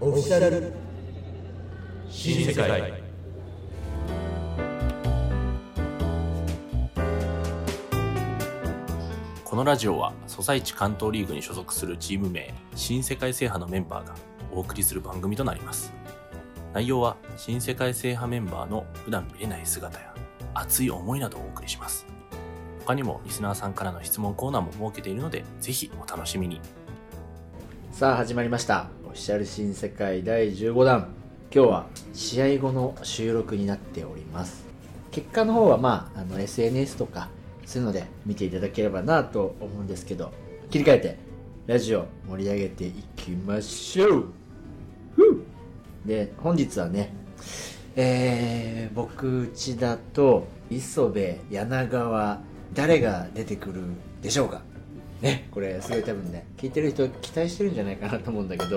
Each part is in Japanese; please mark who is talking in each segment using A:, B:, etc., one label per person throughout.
A: オフィシャル
B: 新世界このラジオはソサイチ関東リーグに所属するチーム名新世界制覇のメンバーがお送りする番組となります内容は新世界制覇メンバーの普段見れない姿や熱い思いなどをお送りします他にもリスナーさんからの質問コーナーも設けているのでぜひお楽しみに
C: さあ始まりましたオフィシャル新世界第15弾今日は試合後の収録になっております結果の方はまああの SNS とかそういうので見ていただければなと思うんですけど切り替えてラジオ盛り上げていきましょうふうで本日はねえー、僕内田と磯部柳川誰が出てくるでしょうかねこれすごい多分ね聞いてる人期待してるんじゃないかなと思うんだけど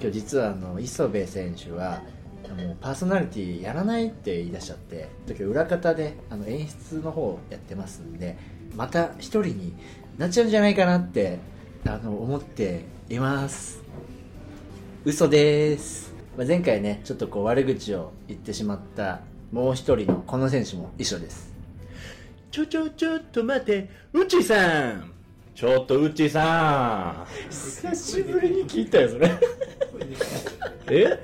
C: 今日実はあの磯部選手はもうパーソナリティやらないって言い出しちゃって時裏方であの演出の方やってますんでまた一人になっちゃうんじゃないかなってあの思っています嘘です、まあ、前回ねちょっとこう悪口を言ってしまったもう一人のこの選手も一緒です
D: ちょちょちょっと待って、うちさんちょっとうちさ
C: 久しぶりに聞いたよそれ
D: んえ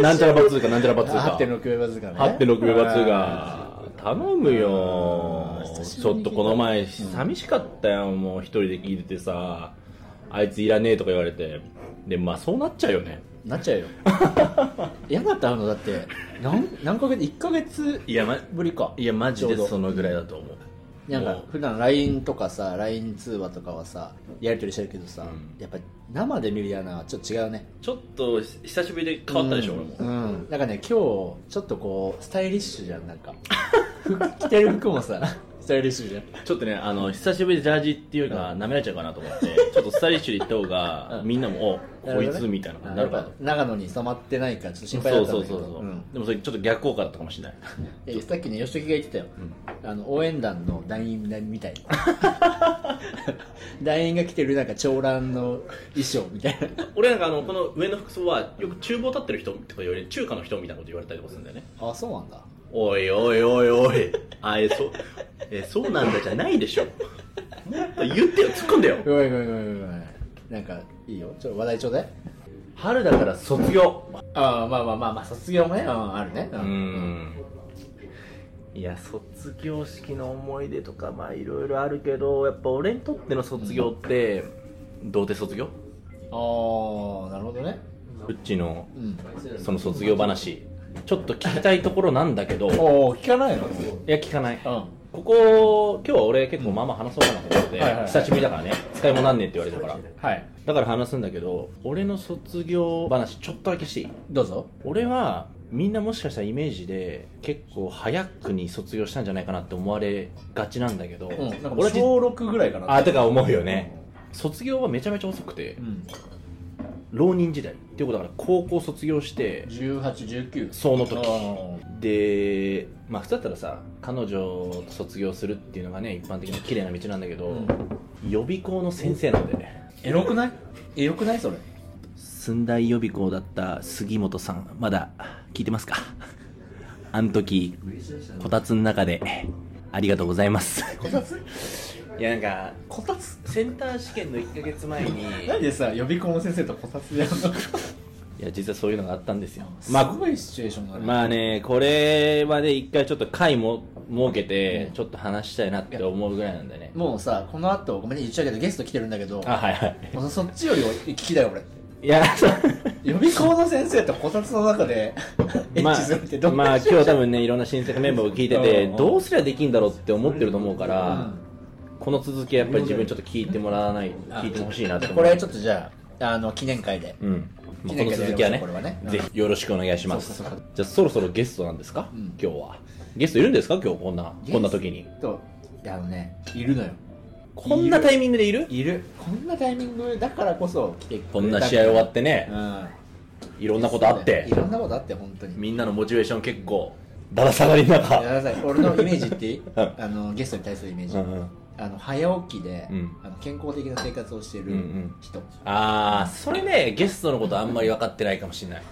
D: なんちゃらバツーカ、なんちゃらバツーカ。
C: 8.6バズーカね
D: 8.6秒バツーカ。頼むよ
C: 久し
D: ち
C: ぶり
D: ょっ
C: に聞いた
D: とこの前、寂しかったやん、もう一人で聞いててさ。あいついらねえとか言われて。で、まあそうなっちゃうよね。
C: なっちゃうよ 嫌だったのだって何何ヶ月1ヶ月
D: いや、ま、
C: ぶりか
D: いや、マジで
C: ちょうど
D: そのぐらいだと思う。
C: なん
D: も
C: か
D: う
C: 普段 LINE とかさ LINE 通話とかはさやり取りしてるけどさ、
D: うん
C: やっぱ生で見るやなはちょっと違うね
D: ちょっと久しぶりで変わったでしょ、
C: うん
D: 俺も。
C: うんなんかね今日ちょっとこうスタイリッシュじゃんなんか服着てる服もさスタイリッシュじゃん
D: ちょっとね、あの、久しぶりでジャージっていうか、舐められちゃうかなと思 って、ちょっとスタイリッシュで行った方が、みんなも、お、
C: な
D: こ
C: るほ
D: い
C: どね
D: つみたいな感じになるかな
C: やっ
D: と
C: ぱ。長野に染まってないからちょっと心配だ
D: そ
C: っ
D: うそ
C: たんだ
D: う
C: けど
D: そうそう、
C: ん
D: でもそれちょっと逆効果だったかもしれない
C: えさっきね吉木が言ってたよ、あの応援団の団員みたい 団員が着てるなんか長蘭の衣装みたい
D: 俺なんかあのこの上の服装はよく厨房立ってる人とかより中華の人みたいなこと言われたりとかするんだよね
C: なあそうなんだ
D: おいおいおいおいあえそうえそうなんだじゃないでしょもっと言ってよ突っ込んでよ
C: ごめんごめんごめんごめんなんかいいよちょっと話題ちょうだい
D: 春だから卒業
C: ああまあまあまあまあ卒業もね、うん、あるね、う
D: うんんいや卒業式の思い出とかまあいろいろあるけどやっぱ俺にとっての卒業って、童貞卒業
C: ああなるほどね
D: うちの
C: うん
D: その卒業話ちょっと聞きたいところなんだけど
C: おお聞かないの
D: いや聞かない
C: うん
D: ここ今日は俺結構まあまあ話そうかなと思って、
C: はいはいはい
D: 久しぶりだからね使いもなんねんって言われたから
C: はい
D: だから話すんだけど俺の卒業話ちょっとだけしていい
C: どうぞ
D: 俺はみんなもしかしたらイメージで結構早くに卒業したんじゃないかなって思われがちなんだけど、
C: うんなんかもう
D: 俺はじ
C: 小6ぐらいかな
D: あてか思うよね卒業はめちゃめちゃ遅くて
C: うん
D: 浪人時代っていうことだから高校卒業して
C: 1819
D: その時
C: あ
D: でまあ普通だったらさ彼女と卒業するっていうのがね一般的に綺麗な道なんだけど、
C: ーうん
D: 予備校の先生なんだよね
C: エロくないエロくないそれ
D: 寸大予備校だった杉本さんまだ聞いてますか あの時こたつの中でありがとうございますこたつ いやなんかこたつセンター試験の1か月前に
C: なんでさ予備校の先生とこたつ やるの
D: いや実はそういうのがあったんですよ
C: す
D: ま
C: ごいシチュエーションだ
D: あ
C: ね、
D: まあねこれはね一回ちょっと回も設けてちょっと話したいなって思うぐらいなんだよね
C: もうさこの後ごめんね言っちゃうけどゲスト来てるんだけど
D: あはいはい
C: もうそっちより聞きだよ俺
D: い や
C: 予備校の先生とこたつの中で エ
D: ま
C: ッ
D: あ
C: チするってどんな、
D: まあ今日多分ねいろんな新作メンバーを聞いてて
C: うん
D: どうすりゃできんだろうって思ってると思うから、
C: うん
D: この続きはやっぱり自分ちょっと聞いてもらわない聞いてほしいなって思う
C: これちょっとじゃああの記念会で、
D: うんまあこ
C: 記念
D: の
C: 会で
D: 続
C: やりま
D: き
C: しょ
D: は
C: う
D: ね
C: これはね
D: ぜひよろしくお願いします
C: そうそうそう
D: じゃあそろそろゲストなんですか、
C: うん
D: 今日はゲストいるんですか今日こんなこんな時に
C: といやあのねいるのよ
D: こんなタイミングでいる
C: いるこんなタイミングだからこそ来てくれた
D: こんな試合終わって
C: て
D: ね、
C: うん
D: いろんなことあって
C: いろんなことあって本当に
D: みんなのモチベーション結構だだ下がりの
C: や
D: 中
C: めなさい俺のイメージっていい
D: うん
C: あのゲストに対するイメージ、
D: うんうん
C: あの早起きで、
D: うん
C: あの健康的な生活をしてい
D: うんう
C: る
D: ん
C: 人、
D: ああそれねゲストのことあんまり分かってないかもしれない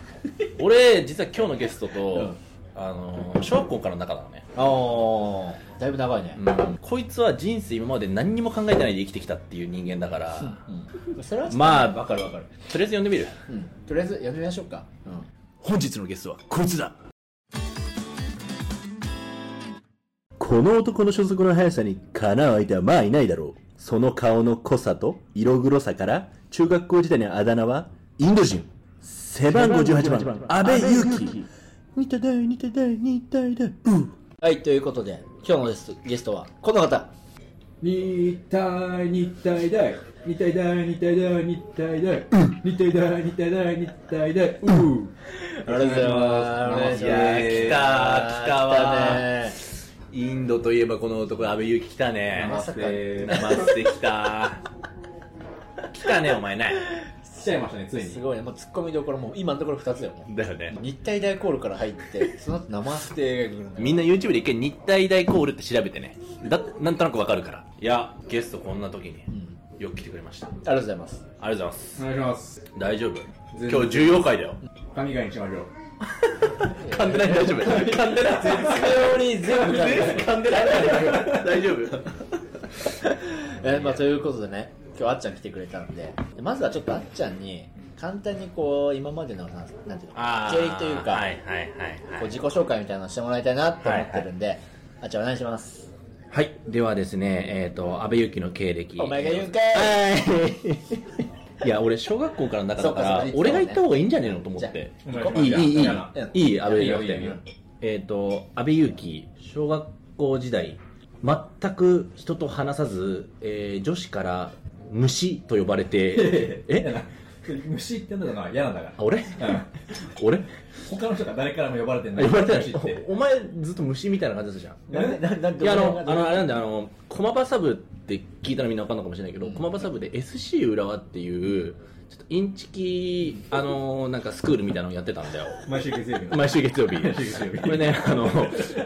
D: 俺実は今日のゲストと、あのー小学校からの仲なのね、
C: ああだいぶ長いね、
D: うん、こいつは人生今まで何にも考えてないで生きてきたっていう人間だから
C: うんそれはちょっと
D: まあ
C: わかるわかる、
D: とりあえず呼んでみる
C: うん、とりあえずやめましょうか、うん
D: 本日のゲストはこいつだこの男の所属の速さにかなう相手はまあいないだろうその顔の濃さと色黒さから中学校時代のあだ名はインド人背番号18番阿部勇樹似ただい似ただい似ただいう
C: はいということで今日のゲストゲストはこの方
A: 日体日体大日体大日体大日体大日体大日体大日体大う
C: ありがとうございます
D: いやー来たー来たわー
C: ね
D: インドといえばこの男阿部勇樹来たね
C: まさか
D: 生ってきた来たねお前ね
A: 来ちゃいましたねつい
C: す
A: に
C: ごいねもうツッコミどころもう今のところ2つだよもう
D: だよね
C: 日体大コールから入 ってその後生捨てが来るんだよ
D: みんな YouTube で一回日体大コールって調べてねだなんとなくわかるからいやゲストこんな時によく来てくれましたあり
C: ありがとうございます
D: がとうございます
A: お願いします
D: 大丈夫
A: 全然
D: 今日重要回だよ
A: 神々にしましょう
D: 噛んでない大丈夫噛んでない
C: 頼り全部だね
D: 噛んでない大丈夫
C: えーまあ、ということでね今日あっちゃん来てくれたんででまずはちょっとあっちゃんに簡単にこう今までのなんなんていうの
D: あ
C: 経
D: ー
C: 緯というか、
D: はいはいはい
C: こう
D: はい
C: 自己紹介みたいなのしてもらいたいなと思ってるんで、あっちゃんお願いします
D: はいではですねえっ、と阿部勇樹の経歴
C: お前が言うんか い
D: いや俺小学校からの中だか
C: そう
D: ら
C: かそうか
D: 俺が行った方がいいんじゃねえのと思って
A: じゃあ
D: いいいいいい
C: うん
D: いい阿部
A: いいよ
D: 勇
A: いい
D: 樹
A: よいいよ
D: えっ、と阿部勇樹小学校時代全く人と話さず、えー女子から虫と呼ば れてえ
A: 虫ってんだから嫌なんだか
D: あ俺
A: らうん
D: 俺
A: 他の人から誰からも呼ばれてん
D: あ
A: だ
D: 呼ばれてな
A: 虫って
D: いおお前ずっと虫みたいな感じだったじゃん
C: なんでなんでなん
D: い
C: で
D: やあ
C: お
D: の
C: 前が
D: あのあれなんであの駒場サブって聞いたらみんなわかんのかもしれないけど、駒場サブで SC 浦和っていうちょっとインチキあのなんかスクールみたいなのやってた んだよ
A: 毎週月曜日の
D: 毎週月曜日
A: 週月曜日
D: これねあの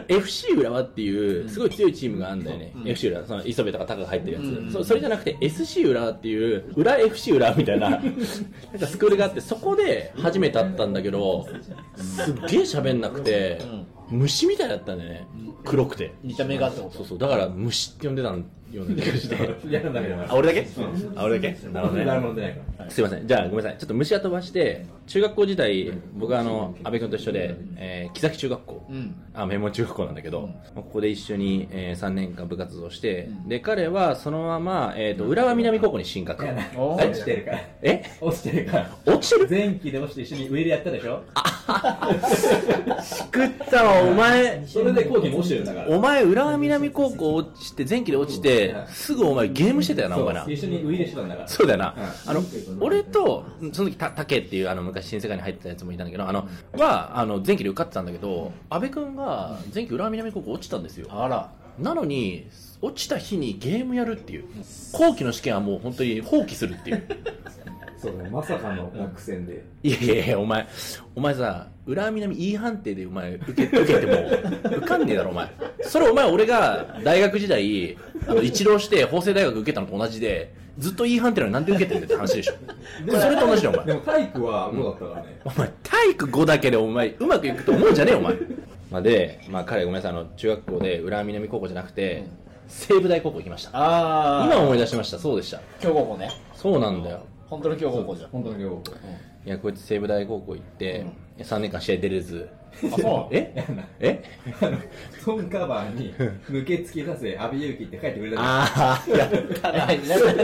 D: FC 浦和っていうすごい強いチームがあるんだよね、FC 浦和その磯部とかタカが入ってるやつ、そそれじゃなくて SC 浦和っていう裏 FC 浦和みた いななんかスクールがあってそこで初めて会ったんだけどすっげえ喋んなくて、虫みたいだったんだよね黒くて
C: 見た目がってこと
D: そうそうだから虫って呼んでたような気がして
A: 嫌なんだけどな
D: あ俺だけ、あ俺だけなるほどね
A: 誰も呼んでないから
D: すいませんじゃあごめんなさいちょっと虫は飛ばして中学校時代僕はあの阿部君と一緒で、えー木崎中学校、
C: うん
D: あ名門中学校なんだけど、ここで一緒に、え3年間部活動して、で彼はそのまま、えー、と浦和南高校に進学
C: お
A: 落ちてるから
D: え
A: 落ちてるから
D: 落ちてる
A: 前期で落ちて一緒に上でやったでしょ
D: 食ったわお前
A: それで後期も落ちてるんだから
D: お前浦和南高校落ちて前期で落ちてすぐお前ゲームしてたよなお前な
A: そう一緒に上でしてたんだから
D: そうだよな、あの俺とその時たタケっていうあの昔新世界に入ってたやつもいたんだけどあのはあの前期で受かってたんだけど阿部君が前期浦和南高校落ちたんですよ
C: あら
D: なのに落ちた日にゲームやるっていう後期の試験はもう本当に放棄するっていう
A: そうねまさかの落選で
D: いやいやいやお前お前さ浦和南 E 判定でお前受け受けても受かんねえだろお前それお前俺が大学時代あの一浪して法政大学受けたのと同じでずっと E 判定なのになんで受けてんだって話でしょそれと同じだよお前
A: でも体育は無だったからね
D: お前体育5だけでお前うまくいくと思うじゃねえよお前まあで、まあ、彼ごめんなさいあの中学校で浦和南高校じゃなくて、西部大高校行きました
C: あ
D: 今
C: 今
D: 思い出しましたそうでした
C: 強豪校ね
D: そうなんだよ
C: 本当の強豪校じゃん
A: 本当の両方
D: いやこいつ西部大高校行って、3年間試合出れず
C: あそ
D: ええ
A: あの布団カバーに抜け付けさせ阿部勇樹って書いてくれたあ
D: ああやったない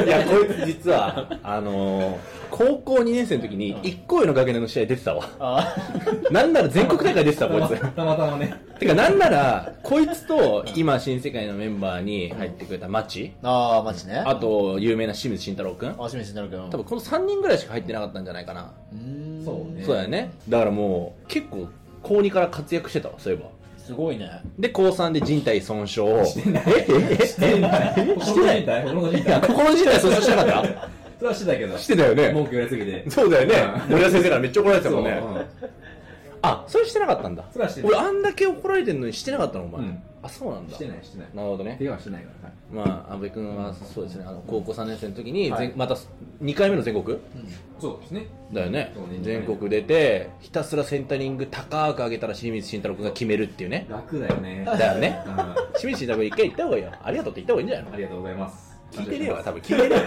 D: やこいつ実はあのー高校2年生の時に1校上の学年の試合出てたわ
C: あ
D: なんなら全国大会出てたこいつ
A: たまたまね
D: てかなんならこいつと今新世界のメンバーに入ってくれたマチ
C: ああマジね
D: あと有名な清水慎太郎くん
C: 楽しみにしてなるけど
D: 多分この3人ぐらいしか入ってなかったんじゃないかな、
C: うーん
A: そうね
D: そうだよねだからもう結構高2から活躍してたわそういえば
C: すごいね
D: で高3で人体損傷してないええ
A: してない
D: してない
A: 心の人
D: えいや
A: 体
D: 心の人体損傷してなかっ
A: それはしてたけど
D: た してたよ
A: 文
D: ね
A: 句言われすぎて
D: そうだよね
A: う
D: 森田先生からめっちゃ怒られてた
A: そ
D: も
A: うん
D: ねあそれしてなかったんだ
A: それはしてない
D: 俺あんだけ怒られてんのにしてなかったのお
A: う
D: 前、
A: ん
D: あそうなんだ
A: してないしてない
D: なるほどね
A: 怪我はしてないから、はい
D: まあ阿部君はそうですねあの高校3年生の時に、
C: はい
D: 全また2回目の全国
A: そうですね
D: だよね
A: そうね
D: 全国出てひたすらセンタリング高く上げたら清水慎太郎君が決めるっていうね
A: 楽だよね
D: だよね
A: うん
D: 清水慎太郎君一回行った方がいいよありがとうって言った方がいいんじゃない
A: ありがとうございます
D: の聞いてねえわ多分聞いてねえわ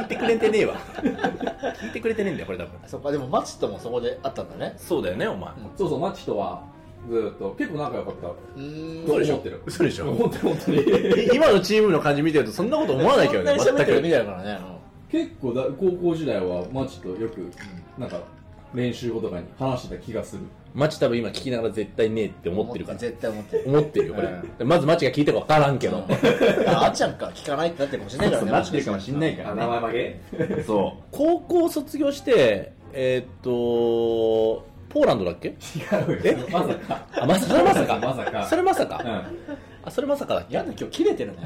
D: 聞いてくれてねえわ聞いてくれてねえんだよこれ多分
C: そっかでもマチともそこであったんだね
D: そうだよねお前
A: そうそうマッチとはずーっと結構仲良かった
C: うーん
A: と
D: でしょ
A: 思ってる
D: 嘘でしょ
A: 本当に本当に
D: え今のチームの感じ見てるとそんなこと思わないけどね
C: そんなに喋ってるみ
D: 全く
C: たいだからね
A: 結構だ高校時代はマッチとよくなんか練習後とかに話してた気がする
D: マチ多分今聞きながら絶対ねえって思ってるから
C: 絶対思ってる
D: 思ってるよこれ、
C: うん
D: でまずマチが聞いたか分からんけど、
C: ああっちゃんから聞かないってなってるかもしれないからね
D: そうなってるかもしんないからね
A: 前曲げ
D: そう高校卒業してえーっとポーランドだっけ
A: 違うよまさか
D: あまさそれまさか
A: まさか
D: それまさか、
A: うん
D: あそれまさかだっけ
C: やんな今日切れて るね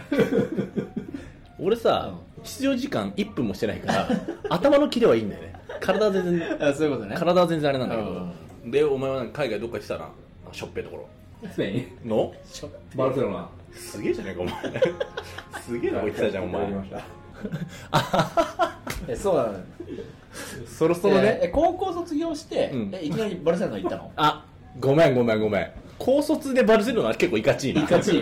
D: 俺さ、出場時間1分もしてないから頭のキレはいいんだよね体は全然
C: あそういうことね
D: 体は全然あれなんだけど、でお前はなんか海外どっか行ってたなしょっぺいところ
A: スペイン
D: の
A: バルセロナ
D: すげえじゃねえかお前 すげえとこ行ってたじゃんお
A: わかりま
D: 前
A: した
C: えそうなのよ
D: そろそろね
C: えーえ高校卒業して、
D: うん
C: えいきなりバルセロナ行ったの
D: あごめんごめんごめん高卒でバルセロナは結構いかちいない
C: かち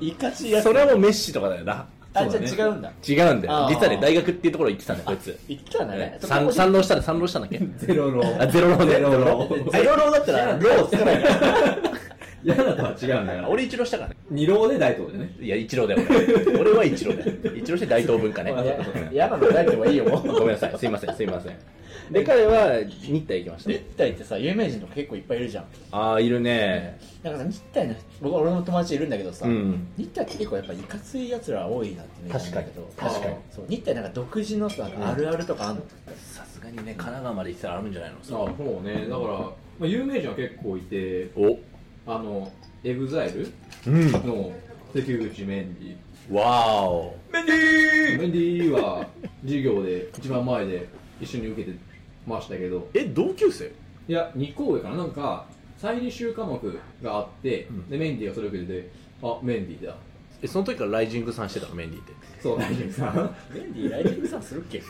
C: いいかちいやつ
D: それはもうメッシとかだよな
C: あ
A: そうだね
C: じゃあ違うんだ
D: 違うんだ
C: あ
D: よ
C: ー
D: 実はね大学っていうところ行ってたんだよこいつ
C: 行ってたんだねそ
D: 三
C: こ
D: 三浪したら三浪したんだっけ
A: ゼロロ
D: あゼロ浪ねゼロ浪
C: ゼロローだったらローつかないから
A: 嫌なとは違うんだよ
D: 俺一浪したからね
A: 二浪で大東でね
D: いや一浪だよ俺俺は一浪だよ一浪して大東文化ね
A: あそうかそう
D: うん
C: 嫌なのないでもいいよもう
D: ごめんなさいすいませんすいませんで彼は日体行きました
C: 日体ってさ有名人とか結構いっぱいいるじゃん
D: ああいるね
C: なんかさ日体の僕は俺の友達いるんだけどさ、
D: うん
C: 日体って結構やっぱいかついやつら多いなってイメージなんだけど
D: 確かに確かに
C: あーそう日体なんか独自のさあるあるとかあんの、
D: さすがにね神奈川まで行ってたらあるんじゃないの
A: あそうねだから、まあ、有名人は結構いて
D: お
A: あのエグザイル
D: うん
A: の関口メンディ
D: わーお
A: メンディーメンディーは授業で一番前で一緒に受けてましたけど
D: え同級生
A: いや2校上かななんか再履修科目があって、でメンディーがそれを受けててあメンディーだ
D: えその時からライジングさんしてたのメンディーって
A: そう大丈夫さん
C: メンディーライティングさんするっけ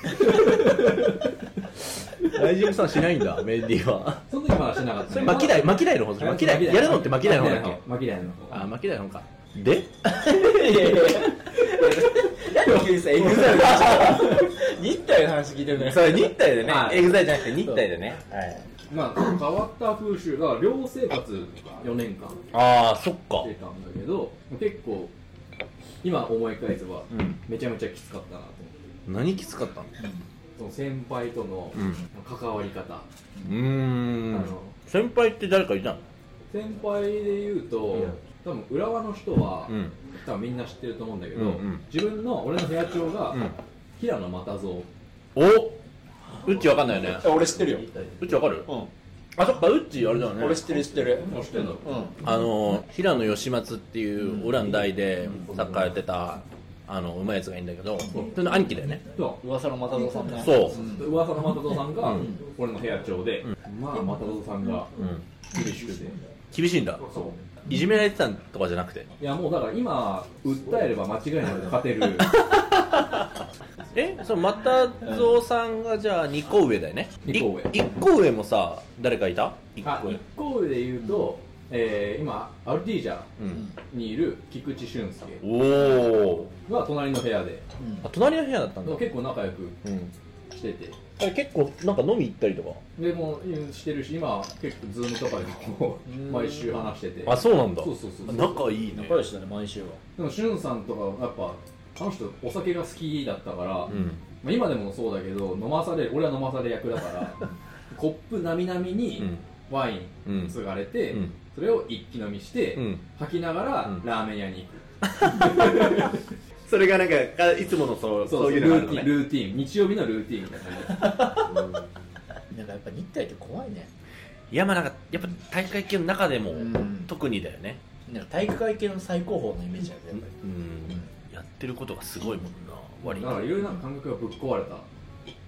D: ライジングさんしないんだメンディーは
A: その時まだしてなかった、
D: それ巻き台巻き台の方巻き台やるのって巻き台の方だっけ
A: 巻き台の方
D: あ巻き台の方かで
C: いやいやいやなんでさエグザイル日体の話聞いてるね
D: それ日体でね
A: はい
D: エグザイルじゃなくて日体でね
C: はい
A: まあ変わった風習が寮生活4年間
D: ああそっか
A: してたんだけど結構今思い返せば
D: うん
A: めちゃめちゃきつかったなと思って
D: 何きつかったの
A: その先輩との
D: うん
A: 関わり方、
D: う
A: あ
D: ー
A: の
D: ん先輩って誰かいたの
A: 先輩で言うと、多分浦和の人は、
D: うん
A: 多分みんな知ってると思うんだけど、
D: うんうん
A: 自分の俺の部屋長が、
D: うん
A: 平野又蔵
D: おうっちわかんないよね
C: 俺知ってるよ、
D: うっちわかる
C: うん、
D: あそっかうっちあれだよね
C: 俺知ってる知ってる
A: 知ってんの
C: うん
D: あの平野義松っていうオラン大でサッカーやってたあのうまいやつがいいんだけどその兄貴だよね
A: そ
C: 噂の又蔵さんね
D: そう
A: う噂の又蔵さんが、俺の部屋長で、まあ又蔵さんが
D: うん
A: 厳しくて、
D: 厳しいんだ
A: そう
D: いじめられてたとかじゃなくて
A: いやもうだから今訴えれば間違いなく勝てる
D: えその又蔵さんがじゃあ2個上だよね
A: 二個上
D: い一個上もさ誰かいた一
A: あ一個上で言うと、えー今アルティージャ
D: うん
A: にいる菊池俊介
D: おお
A: は隣の部屋で
D: あ隣の部屋だったんだ
A: 結構仲良く
D: うん
A: してて
D: あれ結構なんか飲み行ったりとか
A: でもうしてるし今は結構ズームとかでこう毎週話してて
D: あそうなんだ
A: そうそうそう
D: 仲いいね
C: 仲良しだね毎週は
A: でもしゅんさんとかやっぱあの人お酒が好きだったから、
D: うん
A: まあ、今でもそうだけど飲まされる俺は飲まされ役だからコップなみなみに
D: うん
A: ワイ
D: うん
A: ン継がれて、
D: うん
A: それを一気飲みして、
D: うん
A: 吐きながら、
D: うん
A: ラーメン屋に
D: それがなんかいつものそ
A: 行
D: う
A: くそうルーティンルーティン日曜日のルーティンみたいな感じ
C: なんかやっぱ日体って怖いね
D: いやまあなんかやっぱ大会系の中でも
C: ん
D: 特にだよね
C: なんか体育会系の最高峰のイメージあるやっぱ
D: う
C: り
D: んやってることがすごいもんな割
A: だから
D: と
A: いろいろな感覚がぶっ壊れた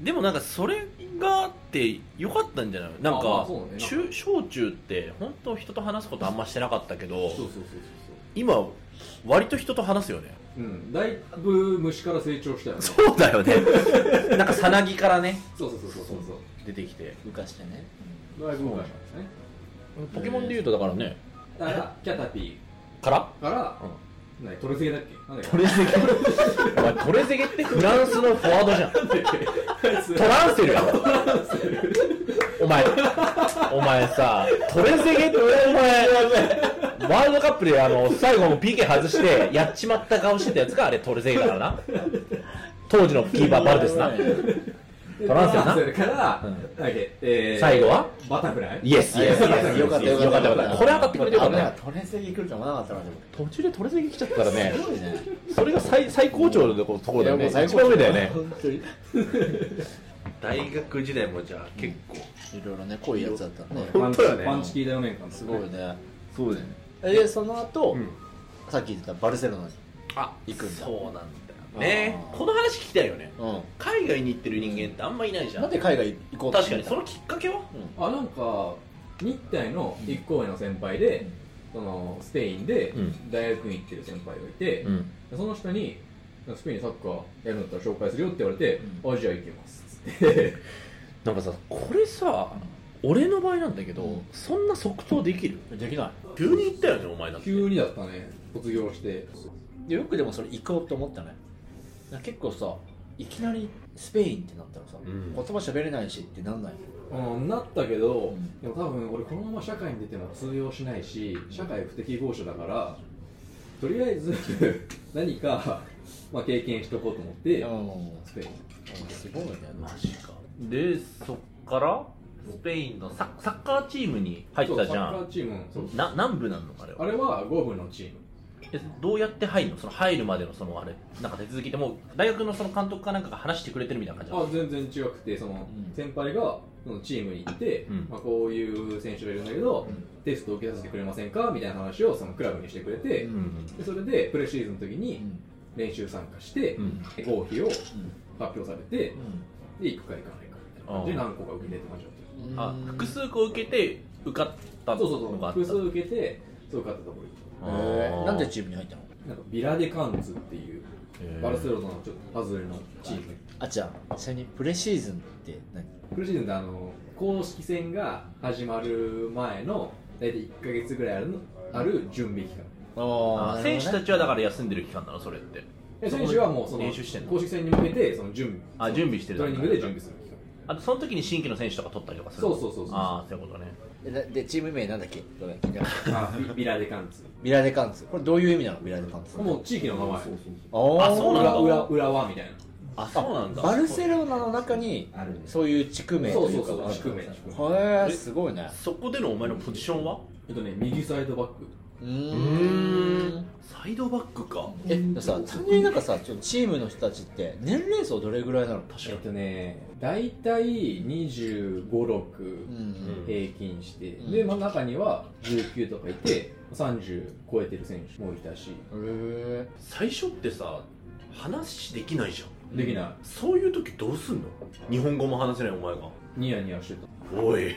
D: でもなんかそれがあってよかったんじゃないなん
A: あま
D: か
A: あそうね
D: 中小中って本当人と話すことあんましてなかったけど
A: そうそうそうそう
B: 今割と人と話すよね
A: うん、だいぶ虫から成長したよねそう
D: そうだよね なんかさなぎからね
A: そうそうそうそうそ
B: 出てきて
D: 浮かしてね
A: うだいぶ昔なんですね
B: ポケモンでいうとだからね
A: だからキャタピ
B: から
A: ーから、何トレセゲだっけなんだっけ
D: れゼゲお前トレゼゲってフランスのフォワード じゃんトランセルやろお前お前さトレゼゲってお前ワールドカップであの最後も PK 外してやっちまった顔してたやつがあれトレゼゲだからな当時のキーパーバルですなトランセルな
A: ルから、なんだっけえー
D: 最後は
A: バタフライ
D: イエスイエスイエス
C: よかったよ
D: よかったたよ
C: かっよ
D: か
C: かっ
D: ったたこれ上がってくれてよかったね
C: トレセゲ来ると思わなかったなでも
D: 途中でトレゼゲ来ちゃったからね
C: すごいね
D: それが最最高潮のところだよね
C: いやもう最高
D: 一番上だよね
C: 本当にい
B: 大学時代もじゃあ結構
C: ろいろね濃いやつだったね
A: パンチ
B: 本当だね
A: パンチキーだよね感
C: すごいね
B: そうだよね
C: えでその後、
B: ん
C: さっき言ってたバルセロナに
B: あ
C: 行くんだ
B: そうなんだよね
C: あー
B: この話聞きたいよね
C: う
B: 海外に行ってる人間ってあんまいないじゃ
C: ん
B: ん
C: なんで海外行こうと
B: 確かに
C: た
B: そのきっかけは
A: あなんか日体の一校目の先輩で、
C: うん
A: そのスペインで
D: うん
A: 大学院行ってる先輩がいて、
D: ん
A: その人にスペインでサッカーやるんだったら紹介するよって言われて、あじゃあ行きますっつって
D: なんかさこれさ俺の場合なんだけど、そんな即答できる
C: できない
B: 急に行ったよねお前だって
A: 急にだったね卒業して
C: でよくでもそれ行こうと思ったねなんか結構さいきなりスペインってなったらさ、
B: ん
C: 言葉喋れないしってなんない
A: うん、なったけど、
C: ん
A: でも多分俺このまま社会に出ても通用しないし社会不適合者だからとりあえ ず何か、まあ、経験しとこうと思って、
C: うん
A: スペイン
C: すごいね
D: マジかでそっからスペインのササッカーチームに入ったじ
A: そう
D: ゃ
A: サッカー
D: ん
A: チームそう
D: な南部なのあれ
A: あ
D: は
A: れは5分のチーム
D: えどうやって入るのその入るまでのそのあれなんか手続きでもう大学のその監督かなんかが話してくれてるみたいな感
A: あ全然違くてその
C: うん
A: 先輩がそのチームに行って、
D: うん
A: まあ、こういう選手がいるんだけど、
C: うん
A: テストを受けさせてくれませんかみたいな話をそのクラブにしてくれて、
D: じうん
A: でそれでプレシーズンの時
C: う
A: に
C: ん
A: 練習参加して、
D: うん
A: 合否を発表されて
C: う、
A: で行くか行かないかみたいな感じで何個か受けてって感じだっ
C: ん
D: あ複数個受けて受かった
A: たそうそうそ
D: の
A: う
D: があった
A: 複数受けてそう受かったところに
C: えー、なんでチームに入ったの
A: なんかビラデカンツっていうバルセロナのちょっと外れのチーム
C: あちゃん実際にプレシーズンって何
A: プレシーズンってあの公式戦が始まる前の大体1か月ぐらいあるのある準備期間
C: あ
D: あー選手た
C: ち
D: ちはだから休んでる期間なのそれって
A: で選手はもうその
D: 練習してんの
A: 公式戦に向けてその準備
D: あ準備してる
A: トレーニングで準備する期間
D: あとその時に新規の選手とか取ったりとかする
A: そうそうそうそう
D: ああそういうことね
C: ででチーム名なんだっけごめん聞いてなかった
A: あビビラデカンツ
C: ビラデカンツこれどういう意味なのビラデカンツ
A: もう地域の名前
C: あ
D: あそうなんだ
A: 裏裏裏はみたいな
D: あそうなんだ
C: バルセロナの中に
A: あるん
C: そういう地区名
A: そ
C: と
A: う
C: い
A: そう
C: うか
A: そう
C: がある
A: 地区名地区名
C: へえすごいね
D: そこでのお前のポジションは
A: えっとね右サイドバック
C: う
D: ー
C: ん
D: サイドバックか
C: えでもさ単純になんかさちょっとチームの人たちって年齢層どれぐらいなの確
A: えっとね大体2 5 6
C: うん
A: 平均して、
C: うん
A: で、まあ、中には19とかいて30超えてる選手もいたし
C: へ
D: 最初ってさ話できないじゃん
A: できな
D: そういう時どうすんの日本語も話せないお前が
A: いニヤニヤしてた
D: おい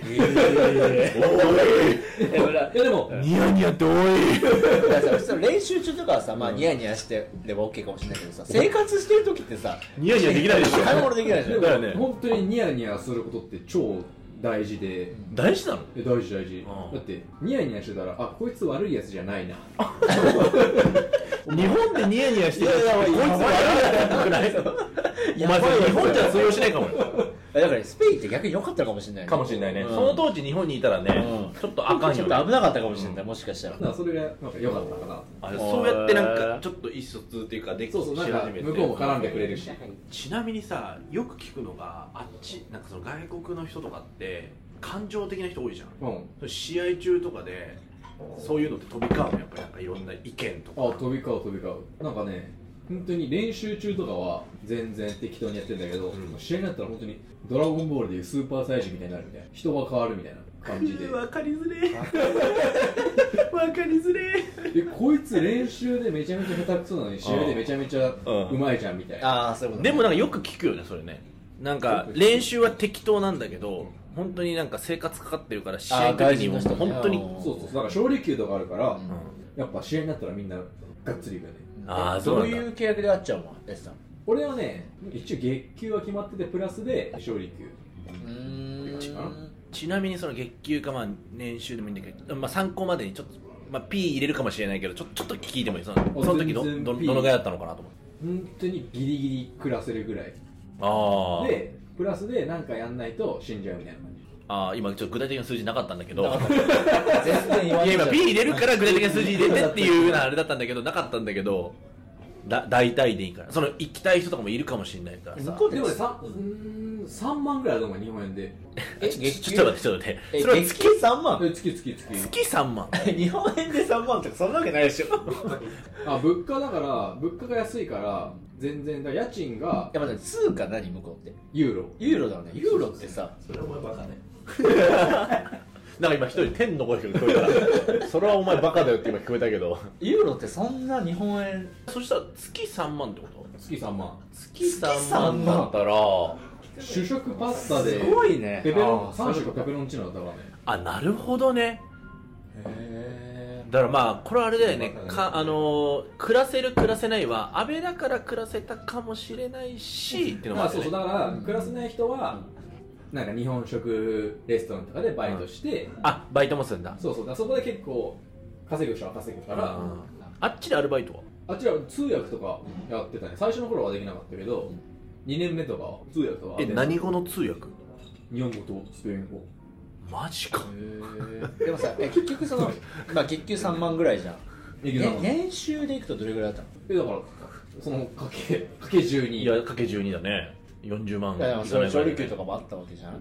A: いやでも
D: おいニヤニヤっておい
C: えだからさその練習中とかはさまあニヤニヤしてれば OK かもしれないけどさ生活してる時ってさ
D: ニヤニヤできないでしょ
C: 買い物できないじゃ
A: で
C: ん
A: も
D: だよね
A: 本当にニヤニヤすることって超大事で、
D: 大事なの
A: え大事大事、
D: うん
A: だってニヤニヤしてたらあこいつ悪いやつじゃないな
D: 日本でニヤニヤしてる
C: いやいや
D: こいつ悪い
C: やばい
D: やつくないお前それ日本じゃ通用しないかも
C: えだからスペインって逆に良かったのかもしれないね
D: かもしれないね、
C: うん
D: その当時日本にいたらね、
C: うん
D: ちょっとあかん
C: ち
D: よ
C: ょっ
D: ね
C: と危なかったかもしれないもしかしたら
A: だからそれがなんか良かったかな
D: あれそうやってなんかちょっと意思疎通というかでき
A: そうそうなんか向こうも絡んでくれるし
B: ちなみにさよく聞くのがあっちなんかその外国の人とかって感情的な人多いじゃん
A: うん
B: 試合中とかでそういうのって飛び交うのやっぱりなんかいろんな意見とか
A: あ飛び交う飛び交うなんかね本当に練習中とかは全然適当にやってんだけど、
B: ん
A: 試合になったら本当に「ドラゴンボール」でいうスーパーサイジみたいになるみたいな人は変わるみたいな感じで
B: わかりづれえ わかりづれえ
A: でこいつ練習でめちゃめちゃ下手くそなのに試合でめちゃめちゃ
D: うん
A: うまいじゃんみたいな、
C: ああそういうこと
D: でもなんかよく聞くよねそれねなんか練習は適当なんだけど本当になんか生活かかってるから試合の時にも
C: あー外人の人ね
D: 本当に
C: うん
A: そうそうそうだから勝利球とかあるから、
C: ん
A: やっぱ試合になったらみんながっつり行くよね
B: あー
C: え
B: そ
C: ど
B: うな
C: うん
B: だ
C: いう契約であっちゃうのやつさん
A: 俺はね一応月給は決まっててプラスで勝利給
C: うーん
D: ちなみにその月給かまあ年収でもいいんだけど、まあ、参考までにちょっと、まあ、P 入れるかもしれないけどちょちょっと聞いてもいいそのその時ど
A: 全然
D: ど
A: P
D: どのぐらいだったのかなと思
A: 本当にギリギリ暮らせるぐらい
D: ってあー
A: でプラスで何かやんないと死んじゃうみたいな感じ
D: あー今ちょっと具体的な数字なかったんだけど
C: 全然言わない
D: や
C: いじゃ
D: 今
C: ん
D: P 入れるから具体的な数字入れてっていうようなあれだったんだけどなかったんだけどだ大体でいいからその行きたい人とかもいるかもしれないからさ
C: 向こうで
A: でもね 3, うーん3万ぐらいだと思う日本円で
C: え
D: ちょ
C: 月
D: ち
C: 給
D: ょっと待ってちょっと待って
C: え
D: それは
C: 月
D: 月
C: 給3万
A: え月月月
D: 月3万
C: 日本円で3万とかそんなわけないでしょい
A: あ物価だから物価が安いから全然だから家賃が
C: やまだ通貨何向こうって
A: ユーロ
C: ユーロだよねユーロってさ
E: それはお前バカね
D: なんか今一人天の声が聞こえたから それはお前バカだよって今聞こえたけど
C: ユーロってそんな日本円
D: そしたら月3万ってこと
A: 月3万
D: 月3万だったら
A: 主食パスタです
C: ごいね
A: ペペロン
C: あー
A: 3食ペペロンチーノだったからね
D: あなるほどね
A: へ
D: だからまあこれはあれだよねかあのー暮らせる暮らせないは安倍だから暮らせたかもしれないしっていうのもあ
A: あ
D: る
A: そう
D: よ
A: そう
D: ね
A: だから暮らせない人はなんか日本食レストランとかでバイトして
D: あバイトもするんだ
A: そうそうだからそこで結構稼ぐ人は稼ぐから
D: うんあっちでアルバイトは
A: あっちら通訳とかやってたね最初の頃はできなかったけど2年目とかは通訳とか
D: え何語の通訳
A: 日本語とスペイン語
D: マジか
C: でもさえ結 局その、まあ、月給3万ぐらいじゃん
A: え
C: ね年収でいくとどれぐらいだっ
A: だからそのかけかけ12
D: いやかけ12だね40万
C: たのいやでもそれ
D: いか
C: 調
D: ない
C: 理
D: ぐらい
C: 給とかもあったわけじゃん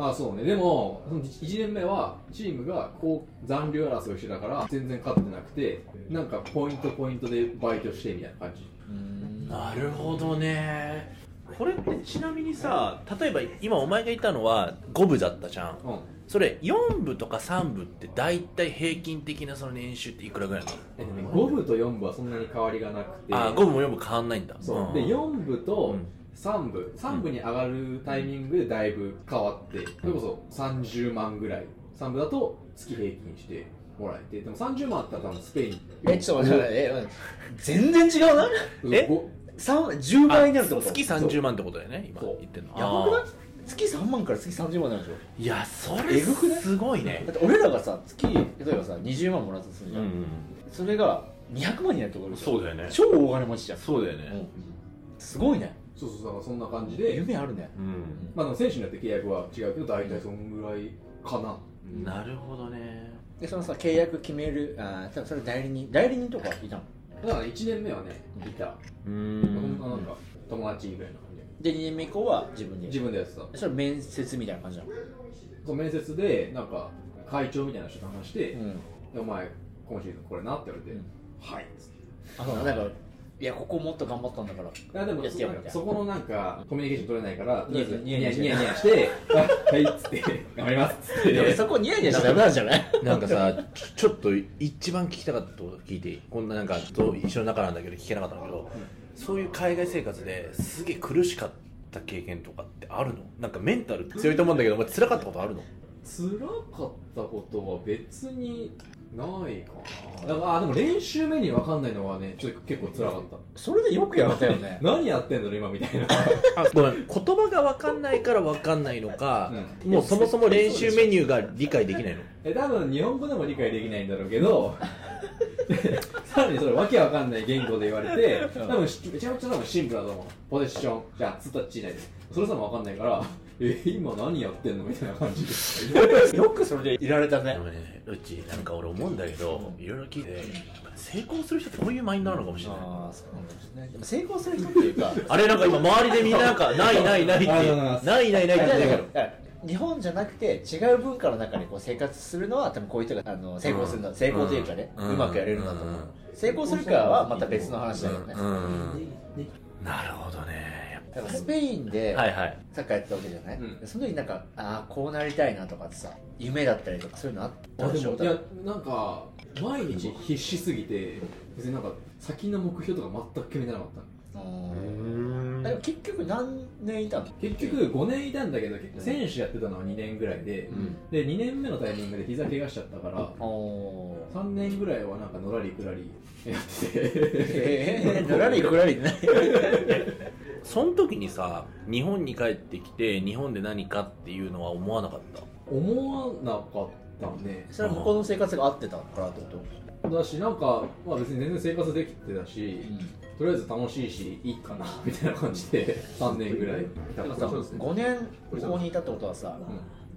A: ああそうねでもその1年目はチームがこう残留争いしてたから全然勝ってなくてなんかポイントポイントでバイトしてみたいな感じ
D: なるほどねこれってちなみにさ例えば今お前がいたのは5部だったじゃん
A: うん
D: それ4部とか3部って大体平均的なその年収っていくらぐらいなの
A: えっとね5部と4部はそんなに変わりがなくて
D: あ5部も4部変わんないんだ
A: そう、
D: ん
A: で4部と
D: うん
A: 3部3部に上がるタイミングでだいぶ変わってそれこそ30万ぐらい3部だと月平均してもらえてでも30万あったら多分スペイン
C: えちょっと待って待ってえ待って全然違うな
D: え
A: ご
C: 三10
D: あ
C: 倍になるってこと
D: 月30万ってことだよね今
A: そう
D: 言ってんの
C: やばくない
D: あ
C: 月3万から月30万になるでし
D: ーいやそ
C: え
D: れ
C: ぐくない
D: すごいね
C: ょだって俺らがさ月例えばさ20万もらったとするじゃん、それが200万になるってことでしょ
D: そうだよね
C: 超大金持ちじゃん、
D: そうだよ
C: う
D: ね
C: ん、すごいね
A: そうそうだからそんな感じで
C: 夢あるね
D: うん
A: まあでも選手によって契約は違うけど大体そんぐらいかな
D: なるほどね
C: でそのさ契約決めるあー多分それ代理人代理人とかいたの
A: だから1年目はねいた
D: う
A: そん
D: ん
A: ななんか友達ぐらいの感じ
C: で2年目以降は自分で
A: 自分でやってた
C: それ面接みたいな感じなの
A: そう面接でなんか会長みたいな人と話して
C: ん
A: 「お前今シーズンこれな」って言われて
C: うん
A: 「はい」っつって
C: あのなんかいやここもっと頑張ったんだから
A: いやでも
C: やってやる
A: なん
C: みた
A: か
C: いな
A: そこのなんかコミュニケーション取れないからとりあえず
C: ニ
A: ニ
C: ヤ
A: ヤ
C: ニ
A: ニ
C: ヤ
A: ヤ
C: して
A: ニヤして 「あはい」っつって「頑張ります」っつっ
C: でも
A: て
C: そこニヤニヤしちゃダメなんじゃない
D: なんかさちょちょっと一番聞きたかったこと聞いていいこんななんかずっと一緒の中なんだけど聞けなかったんだけど、そういう海外生活ですげえ苦しかった経験とかってあるのなんかメンタル強いと思うんだけどお前辛かったことあるの
A: 辛かったことは別にないかなだからあでも練習メニューわかんないのはねちょっと結構辛かった
C: それでよくやったよ ね
A: 何やってんだろう今みたいな
D: あごめん言葉が分かんないから分かんないのか、もうそもそも練習メニューが理解できないの
A: え多分日本語でも理解できないんだろうけどさらにそれわけわかんない言語で言われて多分しめちゃめちゃ多分シンプルだと思うポゼッションじゃあツータッチ以内でそれさもわかんないからえ今何やってんのみたいな感じで
C: よくそれでいられた
D: でもねうちなんか俺思うんだけどいろいろ聞いてやっぱ成功する人ってこういうマインドなのかもしれない
C: ああそうなんですねでも成功する人っていうか
D: あれなんか今周りでみんななんかないないないって
A: ありがとうございます
D: ないないないって言ってるけど
C: 日本じゃなくて違う文化の中でこう生活するのは多分こういう人があの成功するの、成功というかね、
D: う
C: うんまくやれるんだと思う、
D: う
C: 成功するかはまた別の話だよね、
D: なるほどねやっ
C: だからスペインで
D: ぱはいはい
C: サッカーやってたわけじゃない、
A: う
C: その時なんかああこうなりたいなとかってさ夢だったりとかそういうのあった
A: あ
C: で
A: で
C: しょ
A: もいやなんか毎日必死すぎて別になんか先の目標とか全く決めてなかった
C: うんえ結局何年いたの
A: 結局5年いたんだけど結局選手やってたのは2年ぐらいで、で2年目のタイミングで膝怪我しちゃったから
C: おー
A: 3年ぐらいはなんかのらりくらりやってて
C: えー、のらりくらりね
D: その時にさ日本に帰ってきて日本で何かっていうのは思わなかった
A: 思わなかったね
C: それは向こうの生活が合ってたからってこと
A: だしなんか、まあ、別に全然生活できてたし、
C: う
A: とりあえず楽しいしいいかな みたいな感じで3年ぐらいだ
C: ん、でもさ5年ここにいたってことはさ、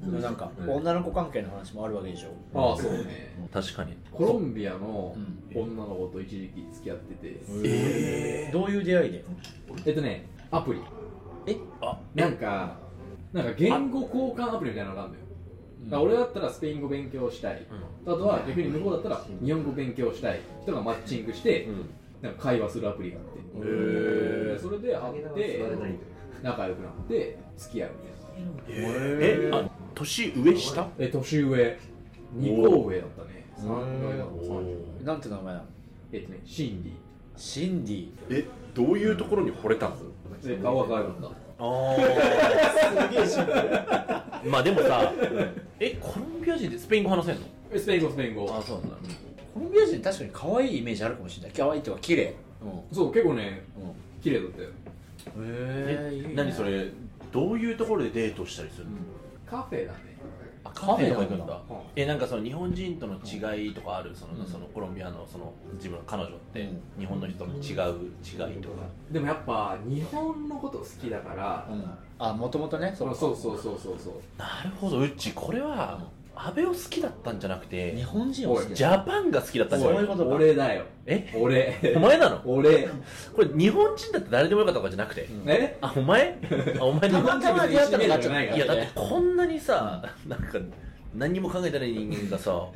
C: でもなんか、
A: うん
C: 女の子関係の話もあるわけでしょ、
A: ああそうね
D: 確かに
A: コロンビアの
C: うん
A: 女の子と一時期付き合ってて、
C: どういう出会いで
A: えっとねアプリ
C: え
A: なんかなんか言語交換アプリみたいなのがあるのよだから俺だったらスペイン語勉強したい、あとは逆に向こうだったら日本語勉強したい人がマッチングして、なんか会話するアプリがあって、でそれで会って仲良くなって付き合うみたいな
D: えあ年上下
A: え年上2個上だったね3上だった
C: なんて名前なの
A: えっとねシンディ
C: シンディ
D: えどういうところに惚れたの
A: で顔が可愛かった
D: あ あまあでもさえコロンビア人でスペイン語話せんの
A: えスペイン語スペイン語
D: そうなんだ
C: コロンビア人確かに可愛いイメージあるかもしれない可愛いとか綺麗
A: そう結構ね
C: うんうん
A: 綺麗だったよ
C: へ
D: え
C: え
D: 何それどういうところでデートしたりするの
A: カフェだね
D: あ
C: カフェとか行くんだ
A: うん
D: えなんかその日本人との違いとかあるその,、そのコロンビアのその自分の彼女って
C: うん
D: 日本の人と違う違いとか
A: でもやっぱ日本のこと好きだから
C: うんあもともとね
A: そ
C: そう
A: そうそうそうそうそう
D: なるほどうちこれは安倍を好きだったんじゃなく
C: 日
D: て
C: 本人を好きだ
D: ジャパンが好きだったんじゃ
A: お
D: ない
C: そういうことか
A: 俺だよ
D: え
A: 俺
D: お 前なの
A: 俺
D: これ日本人だって誰でもよかったとかじゃなくて、
A: え
D: あお前あお前
C: たまたま出会ったのがちょ
A: い
C: っと
A: や
D: いやだってこんなにさなんか何にも考えてない人間がさ好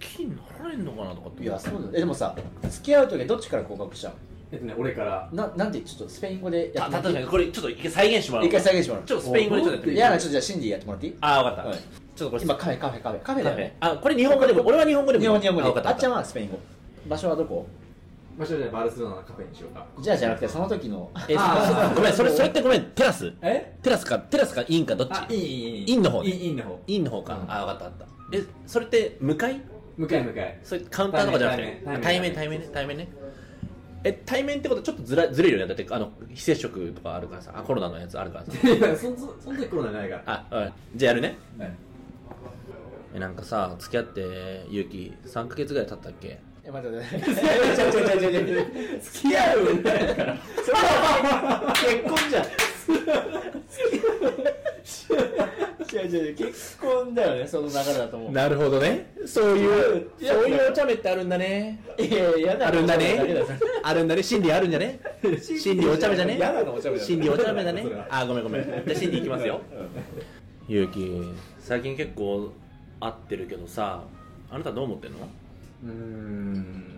D: きになられんのかなとかって
C: い
D: 思
C: や
D: う
C: そうだよえでもさ付き合う時はどっちから告白したの
A: えっとね俺から
C: ななんでちょっとスペイン語で
D: た
C: やってもら
D: 確
C: って
D: か
C: いい
D: にこれちょっと一回再現してもらおう
C: 一回再現してもら
D: ちょっとスペイン語でちょっとやって
C: う
D: み
C: い
D: て
C: やちょっとじゃあシンディやってもらっていい
D: あ分かった、
C: はい
D: ちょっとこれ
C: 今カフェカフェカフェカフ
D: カフ
C: ェだよ
D: ェ
C: ね
D: あこれ日本語でも俺は日本語でも
C: 日本日本
D: あ分
C: 語
D: かっ
C: で
D: た
C: あっちゃん
D: 分かっ
C: はスペイン語場所はどこ
A: 場所でバルセロナのカフェにしようか
C: じゃあじゃなくてその時の
D: たえ
A: あ
D: ごめんそれそれってごめんテラス
A: え
D: テラスかテラスかインかどっ
A: あ
D: ち
A: いいいい
D: インの方
A: い
D: ね
A: いいいの方
D: インの方か、あ分かった分かったえそれって向かい
A: 向かい向かい
D: それカウンターとかじゃなくて
A: 対面
D: 対面
A: 対
D: 対面ね対面ねえ対面ってことちょっとずらずれるよねだってあの非接触とかあるからさあコロナのやつあるからさ
A: いやそんそそんなコロナないから
D: あうんじゃあやるね
A: はい
D: えなんかさ付き合ってゆうき3ヶ月ぐらい経ったっけ
C: え待って待って待ってちょちょちょちょ ちょ付き合うそれは結婚じゃん違う違う違う結婚だよねその流れだと思う
D: なるほどねそういう
C: いやそういう
D: お茶目ってあるんだね
C: いやいや嫌だ
D: あるんだね
C: お茶目だけだそれ
D: あるんだね心理あるんじゃね心理お茶目じゃね
C: 嫌なのお茶目だ
D: 心理お茶目だね
A: それは
D: あごめんごめんじゃあ心理いきますよゆうき最近結構会ってるけどさあなたどう思ってんの
A: うーん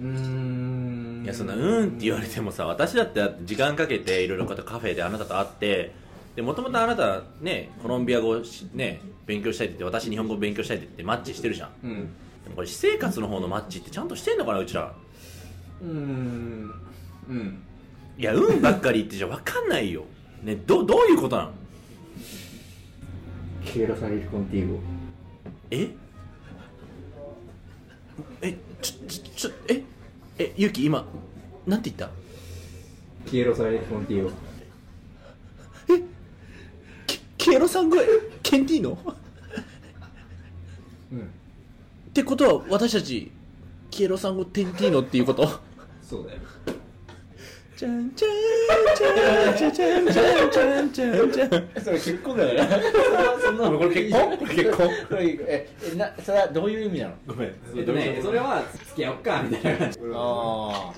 A: うーん
D: いやそんな「うーん」って言われてもさ私だって時間かけていろいろカフェであなたと会ってでもともとあなたねコロンビア語をしね勉強したいって言って私日本語勉強したいって言ってマッチしてるじゃん
A: うん
D: でもこれ私生活の方のマッチってちゃんとしてんのかなうちら
A: うーんうん
D: いや運ばっかり言ってじゃ分かんないよねどどういうことなの
F: Quiero salir contigo.
D: ええちょちょちょええゆうき今なんて言った
A: Quiero salir contigo
D: ケイロさん声ケンティーノ
A: うん
D: ってことは私たちキエロさん語テンティーノっていうこと
A: そうだよ
D: じゃんじゃんじゃんじゃんじゃんじゃんじゃんじゃんじゃん
C: それ結婚だよねそんなのこれ結婚これ結婚ええなそれはどういう意味なの
D: ごめん
A: えっとねそれは付き合おっかみたいな 感じ
C: あ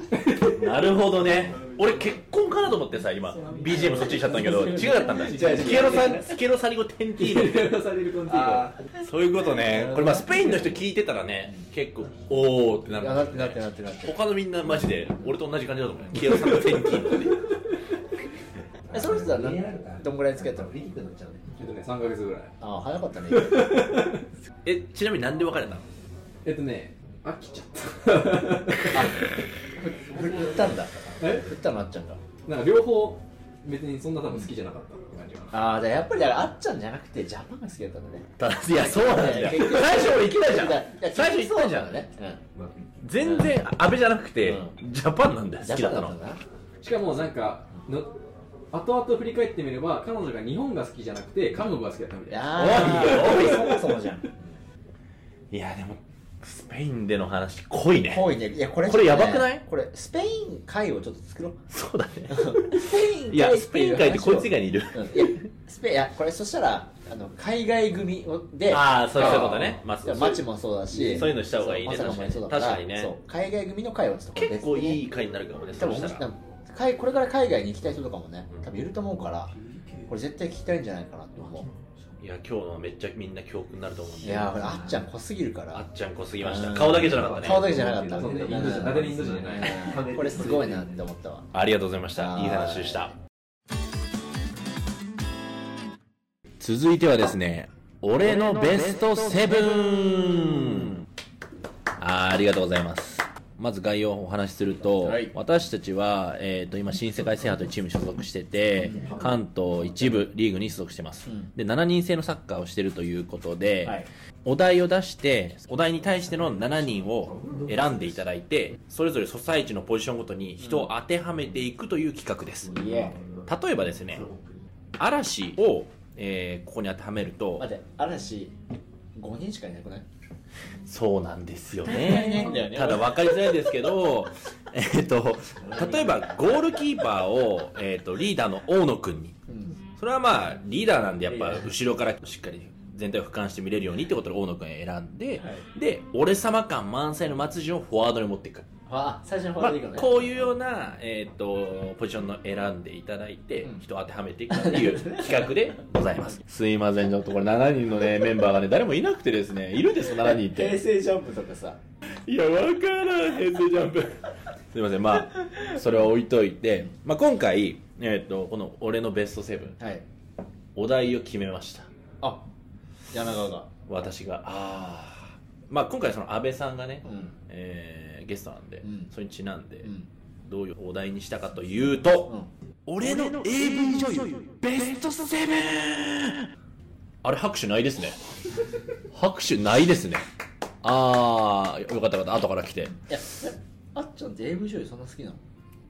D: なるほどね俺結婚かなと思ってさ今 BGM そっちにしちゃったんだけ ど違かったんだキエロさんキエロさん語テンティー
A: Quiero salir contigo
D: ノそういうことね これまあスペインの人聞いてたらね結構おおってな
C: あ
D: る
C: なってなってなってなって
D: 他のみんなマジで俺と同じ感じだと思うキエロさん語テンティーノって
C: えその人はなどんぐらい付き合ったの
A: えっとね3ヶ月ぐらい
C: ああ早かったね
D: えちなみになんで別れたの
A: えっとね飽きちゃった
C: 振ったんだ
A: え
C: 振ったのあっちゃんが
A: なんか両方別にそんな多分好きじゃなかったって感じかな
C: ああ、じゃあやっぱりだからあっちゃんじゃなくてジャパンが好きだったんだね。
D: ただいやそうなんだよ
C: 結局
D: 最初俺いけないじゃん
C: いや
D: 最初いけないじゃん
C: そうだね。うん。
D: 全然安倍じゃなくて、
C: う
D: ジャパンなんだよ好き
C: ジャ
D: だっ
C: パ
D: た
C: ンだった
D: の
C: んだな。
A: しかもなんかの後々振り返ってみれば彼女が日本が好きじゃなくて韓国が好きだったみたいな
C: あー、そもそもじゃん。
D: いやでもスペインでの話濃いね
C: 多いね。いや、これ、
D: これやばくない
C: これ、スペイン会をちょっと作ろう。
D: そうだね
C: スペイン会
D: いやスペイン界ってこいつ以外にいる
C: うんいや、スペイン、いや、これ、そしたら、あの、海外組をで、
D: あ あそういうことねまあそう
C: マチもそうだし、
D: そういうのした方がいいね
C: そうまさかもそうだ
D: 確かに
C: から
D: ね
C: そう海外組の会をちょっと
D: 結構い
C: い。
D: い回になるかもね
C: 多
D: そ
C: 分、
D: した
C: 面白い多
D: ら
C: 分海これから海外に行きたい人とかもね、多分いると思うから、これ絶対聞きたいんじゃないかなと思う。
D: いや今日のはめっちゃみんな教訓になると思うん
C: い
D: で
C: やー、これ、あっちゃん濃すぎるか
D: あ
C: ら。
D: っちゃん濃すぎました
C: うん
D: 顔だけじゃなかったね
C: 顔だけじゃなかった。
A: そうね
C: うん
A: インド人だてにインド人じゃない
C: うんこれすごいなって思ったわ。
D: ありがとうございました
C: はい
D: い話でした続いてはですね俺のベストセブンあーありがとうございますまず概要をお話しすると、
C: はい
D: 私たちは、えー、と今、新世界制覇というチームに所属してて、関東一部リーグに所属してます、
C: うん
D: で7人制のサッカーをしてるということで、
C: はい
D: お題を出してお題に対しての7人を選んでいただいてそれぞれソサイチのポジションごとに人を当てはめていくという企画です、
C: いえ。
D: 例えばですね嵐を、えーここに当てはめると
C: 待って、嵐、5人しかいなくない
D: そうなんですよ
C: いないんだよ
D: ね
C: ね
D: ただ分かりづらいですけどえーと例えばゴールキーパーを、えー、とリーダーの大野君に
C: うん。
D: それはまあリーダーなんでやっぱ後ろからしっかり全体を俯瞰して見れるようにってことで大野君選んで、で俺様感満載の松潤をフォワードに持っていく、
C: あ、最初の方
D: ま
C: が
D: あ
C: いいかもね。、
D: こういうような、えー、とポジションの選んでいただいて、
C: うん
D: 人を当てはめていくっていう企画でございますすいませんちょっとこれ7人のねメンバーがね誰もいなくてですねいるんですか7人っ
C: 平成ジャンプとかさ、
D: いや、わからん、平成ジャンプ。すいません、まあ、それは置いといて、まあ、今回、えっ、と、この俺のベストセブン、
C: はい。
D: お題を決めました。
C: あ、柳川が。
D: 私が、ああ。まあ、今回、その安倍さんがね、
C: うん。
D: えーゲストなんで、
C: うん
D: それにちなんで、
C: うん。
D: どういうお題にしたかというと、
C: うん。
D: 俺の AV 女優ベストセブンあれ拍手ないですね拍手ないですねああよかったよかった後から来て
C: いや、あっちゃんって AV 女優そんな好きなの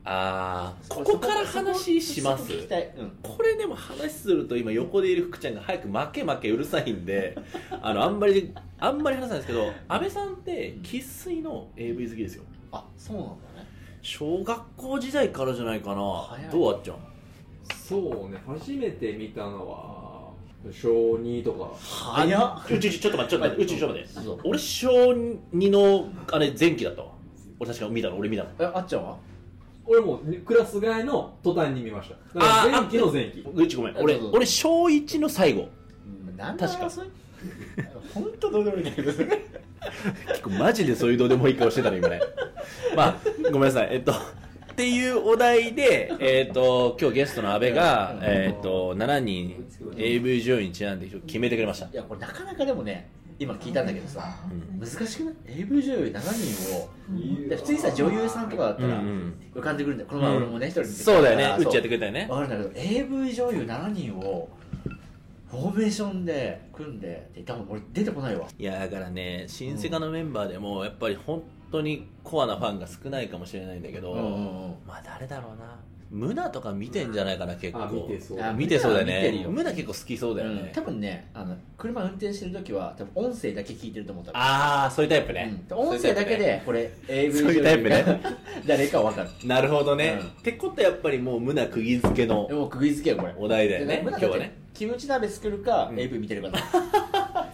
D: ああここから話します
C: そこ聞きたい。うん。
D: これでも話すると今横でいる福ちゃんが早く負け負けうるさいんであのあんまりあんまり話さないんですけど安倍さんって生粋の AV 好きですよ
C: あ、そうなんだね。
D: 小学校時代からじゃないかな
C: 早い
D: どうあっちゃん
A: そうね初めて見たのは小2とか
C: 早っ。
D: うちうちちょっと待ってちょっと待ってうちうちちょっと待っ
C: そう
D: て俺小2のあれ前期だったわ俺確か見たの俺見たの
C: え、あっちゃんは
A: 俺もうクラス替えの途端に見ましただから前期の前期
D: うちごめん俺
C: あそうそう
D: 俺小1の最後
C: なん
D: だ確か
C: 本当どうでもいいんだけど。
D: 結構マジでそういうどうでもいい顔してたの今ね まあごめんなさいえっとっていうお題で、えっと今日ゲストの阿部が、えっと7人 AV 女優にちなんで決めてくれました
C: いや、これなかなかでもね、今聞いたんだけどさ、
D: うん
C: 難しくない ?AV 女優7人を、で普通にさ、女優さんとかだったら
D: うんうん
C: 浮かんでくるんだよ。この前俺もね、一人見て
D: そうだよねうっちやって
C: く
D: くれたよね
C: わかるんだけど、AV 女優7人を、フォーメーションで組んで、で多分俺出てこないわ。
D: いやだからね新世界のメンバーでもやっぱり本当にコアなファンが少ないかもしれないんだけど、
C: うんうんうん
D: まあ誰だろうなムナとか見てんじゃないかな結構
A: あ見てそう
C: あ
D: 見てそうだよ
C: 見てる
D: ね
C: よ
D: ムナ結構好きそうだよね、
C: うん多分ねあの車運転してる時は多分音声だけ聞いてると思った
D: ああそういうタイプ
C: う
D: ね
C: ん、音声だけでこれ AV
D: そういうタイプね
C: 女優が 誰か分かる
D: なるほどね、
C: うん
D: ってことはやっぱりもう胸釘付けの
C: でも釘付けよこれ
D: お題だよね
C: で
D: 今日はね
C: キムチ鍋作るか、
D: うん
C: AV 見てるかな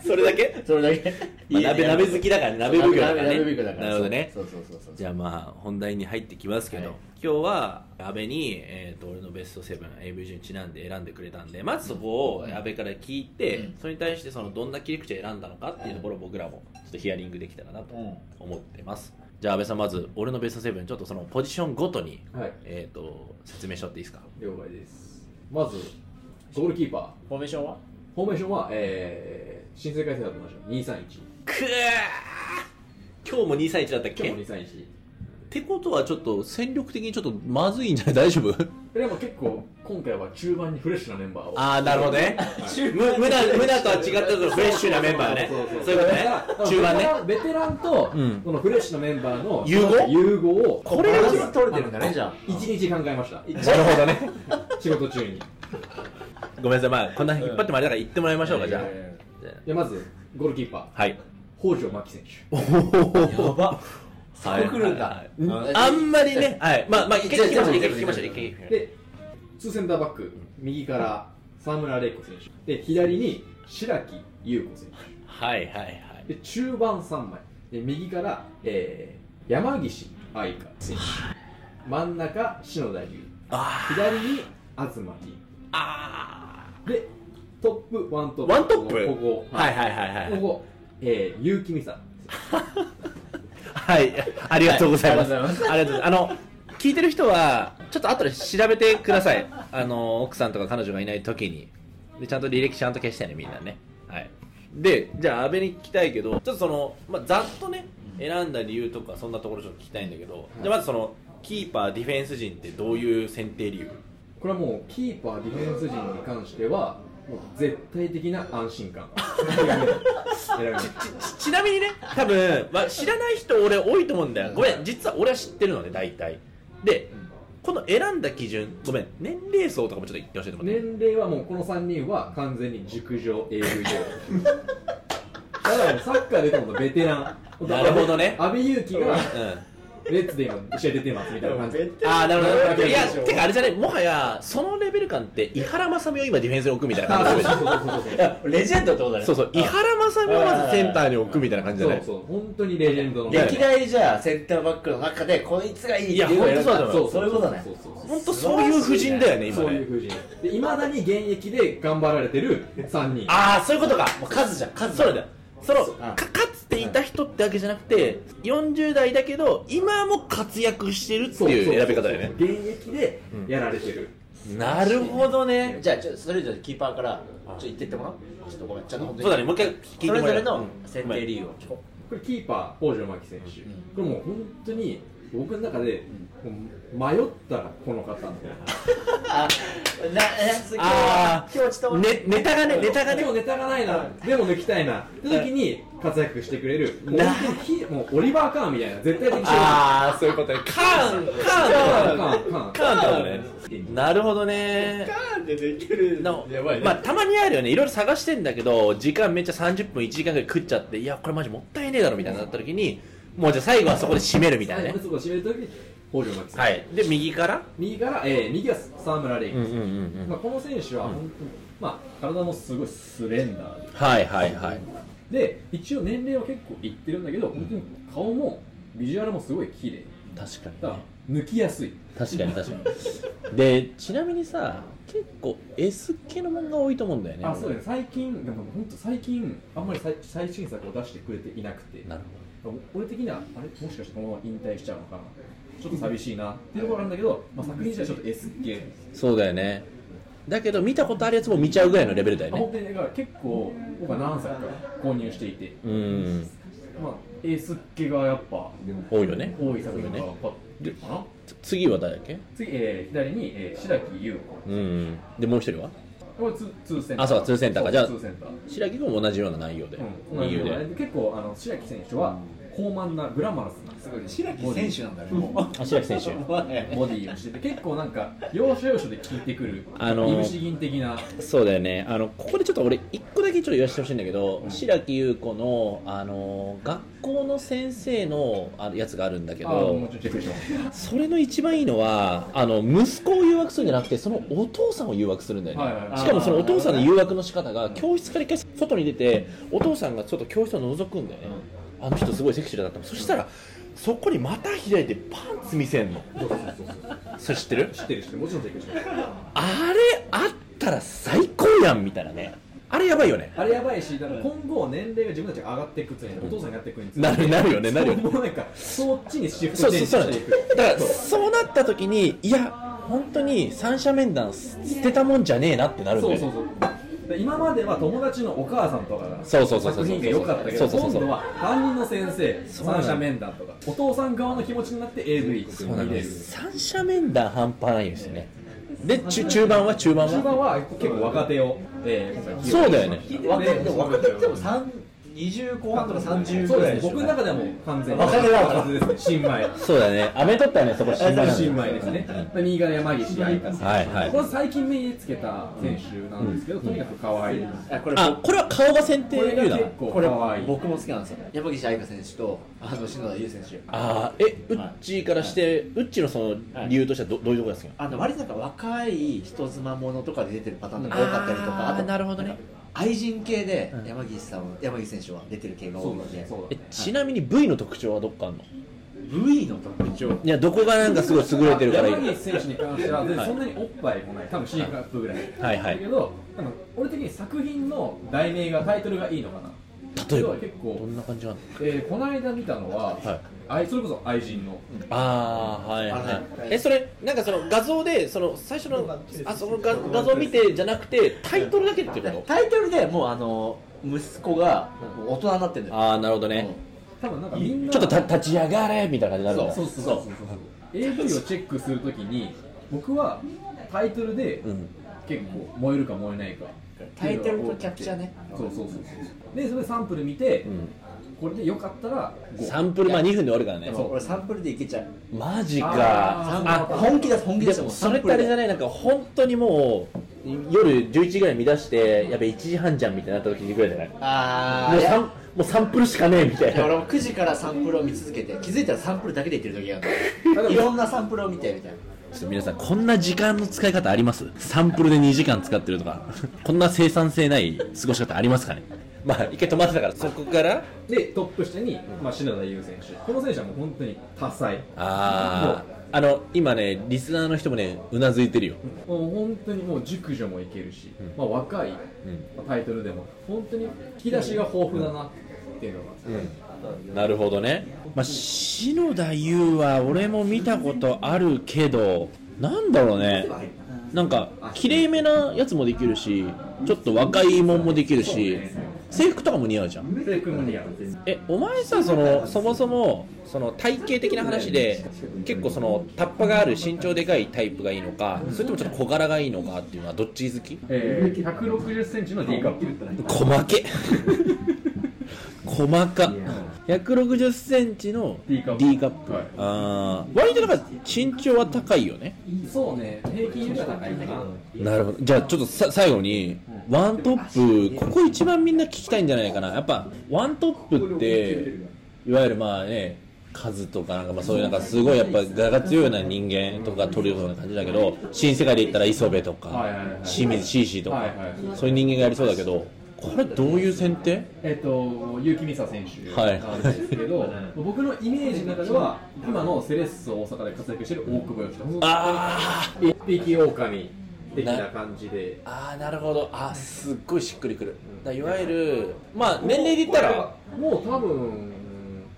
D: それだけ、
C: それだ け、
D: まあ、鍋鍋好きだから鍋奉行だからね
C: 鍋奉行だから
D: なるほどね
C: そうそうそうそう
D: じゃあまあ本題に入ってきますけど、
C: はい
D: 今日は阿部に、えー、と俺のベスト7 AV 順にちなんで選んでくれたんでまずそこを阿部から聞いて、
C: うん
D: それに対してそのどんな切り口を選んだのかっていうところを僕らもちょっとヒアリングできたらなと
C: うん
D: 思ってます、じゃあ阿部さんまず俺のベスト7ちょっとそのポジションごとに、
A: はい
D: えー、と説明しとっていいですか
A: 了解ですまずゴールキーパー
C: フォーメーションは
A: フォーメーションは、えー、新世界制覇と同じ231
D: くー今日も231だったっけ
A: 今日も231
D: てことはちょっと戦力的にちょっとまずいんじゃない大丈夫
A: でも結構今回は中盤にフレッシュなメンバーを
D: ああ、なるほどね。む無駄、無駄とは違ったけどフレッシュなメンバーね。そういうことね。中盤ね。
A: ベテランと
D: うん
A: このフレッシュなメンバーの
D: 融合
A: 融合を
D: これが一番
C: 取れてるんだねじゃあ
A: 一日考えました
D: なるほどね。
A: 仕事中に
D: ごめんなさい、まあ、こんな引っ張ってもあれだから言ってもらいましょうか、じゃ
A: いやいやいやいやまずゴールキーパー
D: あ。はい。
A: 北条真希選手
D: やば。
C: そこ来るんだ
D: はいあんまりね、はい。まあ、まあ、いけ、いけました、いけ、いけました、いけ、いけ。
A: で2センターバック右から沢村玲子選手で左に白木優子選
D: はい、はい、はい。
A: 手で中盤3枚で右から、えー山岸愛香選手真ん中篠田優
D: あ
A: 左に東凛
D: あ。あ
A: でトップワントップ
D: ワントップ
A: ここ
D: あ。はい、はい、はい、は
A: こ
D: い。
A: こ、えー、結城美沙
D: はい。ありがとうございます。
C: はいありがとう
D: ありがとうございます。あの、聞いてる人は、ちょっと後で調べてください。あの、奥さんとか彼女がいない時に。で、ちゃんと履歴ちゃんと消してね、みんなね。はい。で、じゃあ、安倍に聞きたいけど、ちょっとその、まあ、ざっとね、選んだ理由とか、そんなところちょっと聞きたいんだけど、じゃあまずその、キーパー、ディフェンス陣ってどういう選定理由
A: これはもうキーパーディフェンス陣に関してはもう絶対的な安心 感選べない選べない
D: ちちなみにね多分、まあ、知らない人俺多いと思うんだよごめん実は俺は知ってるのね大体でこの選んだ基準ごめん年齢層とかもちょっと言ってほしいと思って、
A: 年齢はもうこの3人は完全に熟女 AV 女ただもうサッカーで言うともうベテラン
D: なるほどね
A: 阿部勇樹が
D: うん
A: レッツで今試合出てますみたいな感じ
C: ベテラン
D: ああなるほ
A: なるほ
D: ど
A: ど
D: いやてかあれじゃねもはやそのレベル感って伊原雅美を今ディフェンスに置くみたいな
A: あ
D: 感
A: そう
D: じ
A: そうそうそう
C: いやレジェンドってことだね
D: そうそう伊原雅美をまずセンターに置くみたいな感じじ
A: そ
D: ゃ
A: う
D: ない
A: そうそう本当にレジェンドの
D: や
C: 歴代じゃあセンターバックの中でこいつがいいっていうのを選んだそういうことね
A: そうそうそう
D: 本当そういう布陣だよね今
A: そうい
D: ね
A: う風にでいまだに現役で頑張られてる3人
D: ああそういうことか
C: もう数じゃん数
D: そうだよその
C: そう
D: かかつていた人ってわけじゃなくて40代だけど今も活躍してるって
A: そう
D: いう選び方だよね
A: そうそう現役でやられてる、
D: なるほどね
C: じゃあちょそれぞれキーパーからちょっと言ってってもらうちょっとごめんちょっと本当に
D: そうだねもう一回聞いても
C: そ
D: ら
C: れ
D: え
C: ぞれの選定理由を
A: これキーパー北条真希選手、こ
C: ん
A: れもう本当に僕の中で、もう迷ったらこの方
C: あなえす
D: あ
C: 今日ちょっと
D: うんねネタがねネタがね
A: 今日ネタがないなでも抜きたいなって時に活躍してくれるもう本当にキーもうオリバー・カーンみたいな絶対的勝
D: ああそういうことねカーンカ
A: 利カーン
D: ーン
A: カーンカーン
D: カーンだもんねなるほどね
C: ーンでできる
D: の
C: やばいね
D: まあたまにあるよねいろいろ探してんだけど時間めっちゃ30分1時間ぐらい食っちゃっていやこれマジもったいねえだろみたいになった時にもうじゃあ最後はそこで締めるみたい
A: 最
D: なね
A: 後にそこを締める時に北条真希選手、
D: はいで右から
A: 右から、えー右が沢村玲子選手、
D: ん
A: まあ、この選手は本当に、まあ、体もすごいスレンダーで
D: はいはいはい
A: で一応年齢は結構いってるんだけど、本当に顔もビジュアルもすごい綺麗
D: 確か
A: だから抜きやすい
D: 確かに確かにでちなみにさ結構 S 系の漫画多いと思うんだよね
A: あそうだね最近でも本当最近あんまり最最新作を出してくれていなくて
D: なる
A: 俺的にはあれもしかしてこのまま引退しちゃうのかなちょっと寂しいなっていうところなんだけど、まあ、作品自体はちょっと S 系、
D: そうだよねだけど見たことあるやつも見ちゃうぐらいのレベルだよ
A: あ本
D: ね
A: 当にだから結構僕は何作か購入していて、
D: うん
A: まあ、S 系がやっぱ
D: 多いよね
A: 多い作品がやっぱ
D: で
A: かな
D: つ次は誰だっけ
A: 次、えー左に、えー白木優子
D: うんでもう一人は
A: これツーツーセンター
D: あそうツーセンターか
A: そう
D: じゃあ
A: ツーセンター
D: 白木君も同じような内容で、
A: うん、
D: 理由で、
A: 結構あの白木選手は高慢なグラマラスな
C: すごいね白木選手なんだねも
D: あ白木選手
C: う
A: ボディをしてて結構なんか要所要所で効いてくる
D: あのー
A: いぶし銀的な
D: そうだよねあのここでちょっと俺一個だけちょっと言わせてほしいんだけど、白木優子のあの学校の先生のあのやつがあるんだけ
A: あーも
D: ど
A: うちょっとチェックしてます
D: それの一番いいのはあの息子を誘惑するんじゃなくてそのお父さんを誘惑するんだよね、
A: はいはいはい
D: しかもそのお父さんの誘惑の仕方が教室から一回外に出てお父さんがちょっと教室を覗くんだよね、あの人すごいセクシーだったのそしたらそこにまた開いてパンツ見せんのそれ知ってる
A: 知ってる人もちろんチェックしてます
D: あれあったら最高やんみたいなねあれやばいよね
A: あれやばいしだから今後年齢が自分たちが上がっていくつにお父さんがやっていくにつれて
D: なるなるよねなるよね
A: もうなんかそっちにシフ
D: そ
A: ト
D: う
A: チェン
D: そう
A: ジ
D: そ
A: してい
D: うなんです
A: く
D: よだから
A: そう
D: そうなった時にいや本当に三者面談捨てたもんじゃねえなってなるん
A: そ
D: だ
A: う
D: よ
A: そう
D: ね
A: そうで今までは友達のお母さんとかが
D: そうそうそうそ
A: 作
D: う
A: 品が良かったけど
D: そうそうそう
A: 今度は担任の先生
D: そうなの
A: 三者面談とかお父さん側の気持ちになって AV
D: そうなん
A: 見れ
D: で
A: る
D: す三者面談半端ないんですよねで中中盤は中盤
A: 中盤
D: は
A: は結構若手を、えー今回起用
D: そうだよね
A: しま
E: 若
A: し
E: 手
A: た
E: でも若手っても三20後半とか30
A: そう
E: ぐ
A: で
E: らい
A: すね
E: でしょ
A: 僕の中ではもう完全に
E: 若手だ
A: 若手ですね新米
D: そうだね雨取ったよねそこ新
A: 新
D: 米なん
A: 米
D: だよ
A: ですね、で右が山岸愛香さん、
D: はいはい
A: これ最近目につけた選手なんですけど、とにかく可愛い、
E: あこれ
D: あこれは顔が先手
A: これが
D: 優だ
A: 結
D: な
A: 構
E: これ
A: 可愛い
E: 僕も好きなんですよ山岸愛香選手とあの篠田優選手
D: あーえウッチーからしてウッチーのその理由としてはどどういうとこですか
E: あの割となんか若い人妻ものとかで出てるパターンとか多かったりとか
D: あー
E: あと
D: なるほどね
E: んか愛人系で山岸さんは山岸選手は出てる系が
A: そ
E: 多いう
A: だ
E: の
A: ね
E: で
A: そうだ
D: え
A: ね
D: ちなみに V の特徴はどっかあんの
E: V の特徴
D: いやどこがなんかすごい優れてるからいい
A: 山岸選手に関しては、
D: はい
A: そんなにおっぱいもない、多分シーカップぐらい、
D: はいはい
A: だけど、多分俺的に作品の題名が、タイトルがいいのかな、
D: 例え
A: 要
D: ば
A: は結
D: ど
A: 構、
D: んな感じなの
A: えーこの間見たのは、
D: はい
A: 愛それこそ愛人の、
D: ああはいは
E: あ
D: いえそれなんかその画像でその最初のあその画画像見てじゃなくてタイトルだけってこと
E: タイトルでもうあの息子がもう大人になってるんだよ
D: ああなるほどね
A: 多分なんかみんな、
D: ちょっとた立ち上がれみたいな感じになるんだ
A: そうそうそうそうそう AV をチェックするときに僕はタイトルで
D: ん
A: 結構燃えるか燃えないか
E: タイトルとキャプチャーね
A: そうそうそうそうでそれでサンプル見て、これでよかったら5
D: サンプルまあ2分で終わるからね
E: そう俺サンプルでいけちゃう
D: マジ
A: あ
D: か
A: ー
E: あ本気だ本気
D: で
E: だも
D: も
E: う
D: そ
E: サン
D: れっ
E: プ
D: てあ
E: ル
D: れじゃ
E: で
D: ないなんか本当にもう夜11時ぐらいに乱してやべ1時半じゃんみたいになった時にぐらいじゃないも
E: あ
D: う
E: ーい
D: サ
E: や
D: ンもうサンプルしかねえみたい
E: いや
D: な
E: 俺も9時からサンプルを見続けて気づいたらサンプルだけでいってる時があるいろんなサンプルを見てみたいな
D: ちょっと皆さん、こんな時間の使い方ありますサンプルで2時間使ってるとか、こんな生産性ない過ごし方ありますかねまあ、一回止まってたから、そこから、
A: でトップ下に、まあ、篠田優選手この選手はもう本当に多彩
D: ああ、あの、今ね、リスナーの人もね、うなずいてるよ。
A: もうもう本当にもう熟女もいけるし、まあ、若い、まあタイトルでも本当に引き出しが豊富だなっていうのが、
D: なるほどね。まあ、篠田優は俺も見たことあるけど、なんだろうね。なんか、きれいめなやつもできるし、ちょっと若いもんもできるし、制服とかも似合うじゃん。
A: で組むには
D: えお前さそのそもそもその体型的な話で結構そのタッパがある身長でかいタイプがいいのかそれともちょっと小柄がいいのかっていうのはどっち好き
A: えー、160センチの D カップ
D: 細け細か160センチの
A: D カップ
D: D カップ、
A: はい
D: あー割となんか身長は高いよね
A: そうね、平均よりは高いかな。
D: なるほどじゃあちょっとさ最後にワントップここ一番みんな聞きたいんじゃないかなやっぱワントップっていわゆるまあね数とかなんかまあそういうなんかすごいやっぱ我が強いような人間とか取るような感じだけど新世界で言ったら磯部と
A: はい
D: か
A: はいはい
D: 清水シーシーとか
A: はいはい
D: そういう人間がやりそうだけどこれどういう選定
A: えっ、と、結城美沙選手
D: はい
A: なんですけど、僕のイメージの中では、今のセレッソ大阪で活躍している大久保嘉人。
D: あー
A: 一匹狼的な感じで。
D: あーなるほどあーすっごいしっくりくるだからいわゆるまあ年齢で言ったら
A: もう多分、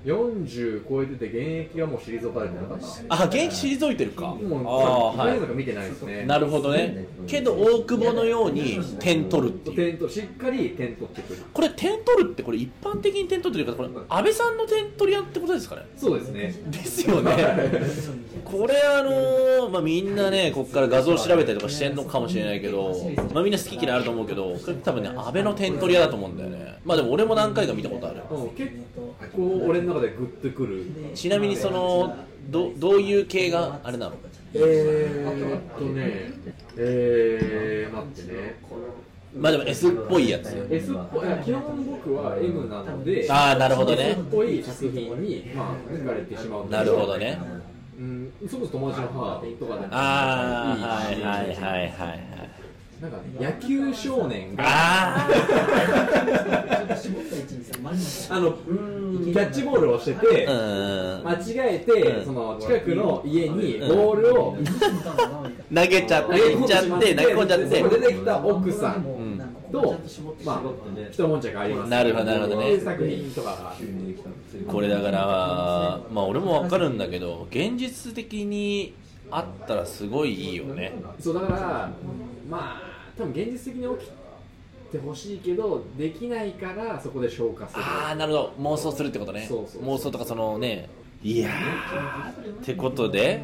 A: 40超えてて現役はもう退かれてなかった。
D: あ現役退いてるかああ
A: もう、
D: ーはい
A: い。見てないですね。
D: なるほどね。けど大久保のように点取るっていう。
A: 点としっかり点取ってくる。
D: これ点取るってこれ一般的に点取ってるからこれ安倍さんの点取り屋ってことですかね。
A: そうですね。
D: ですよね。これあのーまあみんなねここから画像を調べたりとかしてんのかもしれないけど、まあみんな好き嫌いあると思うけど、これ多分ね安倍の点取り屋だと思うんだよね。まあでも俺も何回か見たことある。
A: うん結構俺の中でグッとくる。
D: ちなみにそのどどういう系があれなの？
A: えーっとね、えー、待ってね。
D: まあでも S っぽいやつ。
A: S っぽい、あ基本僕は M なので、
D: ああなるほどね
A: S。っぽい作品に、まあ、抜かれてしまう。
D: なるほど。ね。
A: うん、そもそも友達の母とかでも
D: ああはい
A: いし
D: はいはいはいはい
A: なんか野球少年が、
D: あ
A: あの、キャッチボールをしてて、
D: あ
A: 間違えて、その近くの家にボールを
D: 投げちゃ投
A: 投げ込ん
D: げ
A: で
D: ちゃ
A: し
D: っ
A: ま
D: て投げ込んじゃっ
A: それ
D: て
A: で来た奥さんと、まあ、一悶着があります。
D: なるほどなるほどね
A: そういう作品とかがある。
D: これだからまあ俺もわかるんだけど現実的にあったらすごいいいよね
A: そうだからまあ多分現実的に起きってほしいけどできないからそこで消化する
D: ああなるほど妄想するってことね
A: そうそう
D: 妄想とかそのねいやーってことで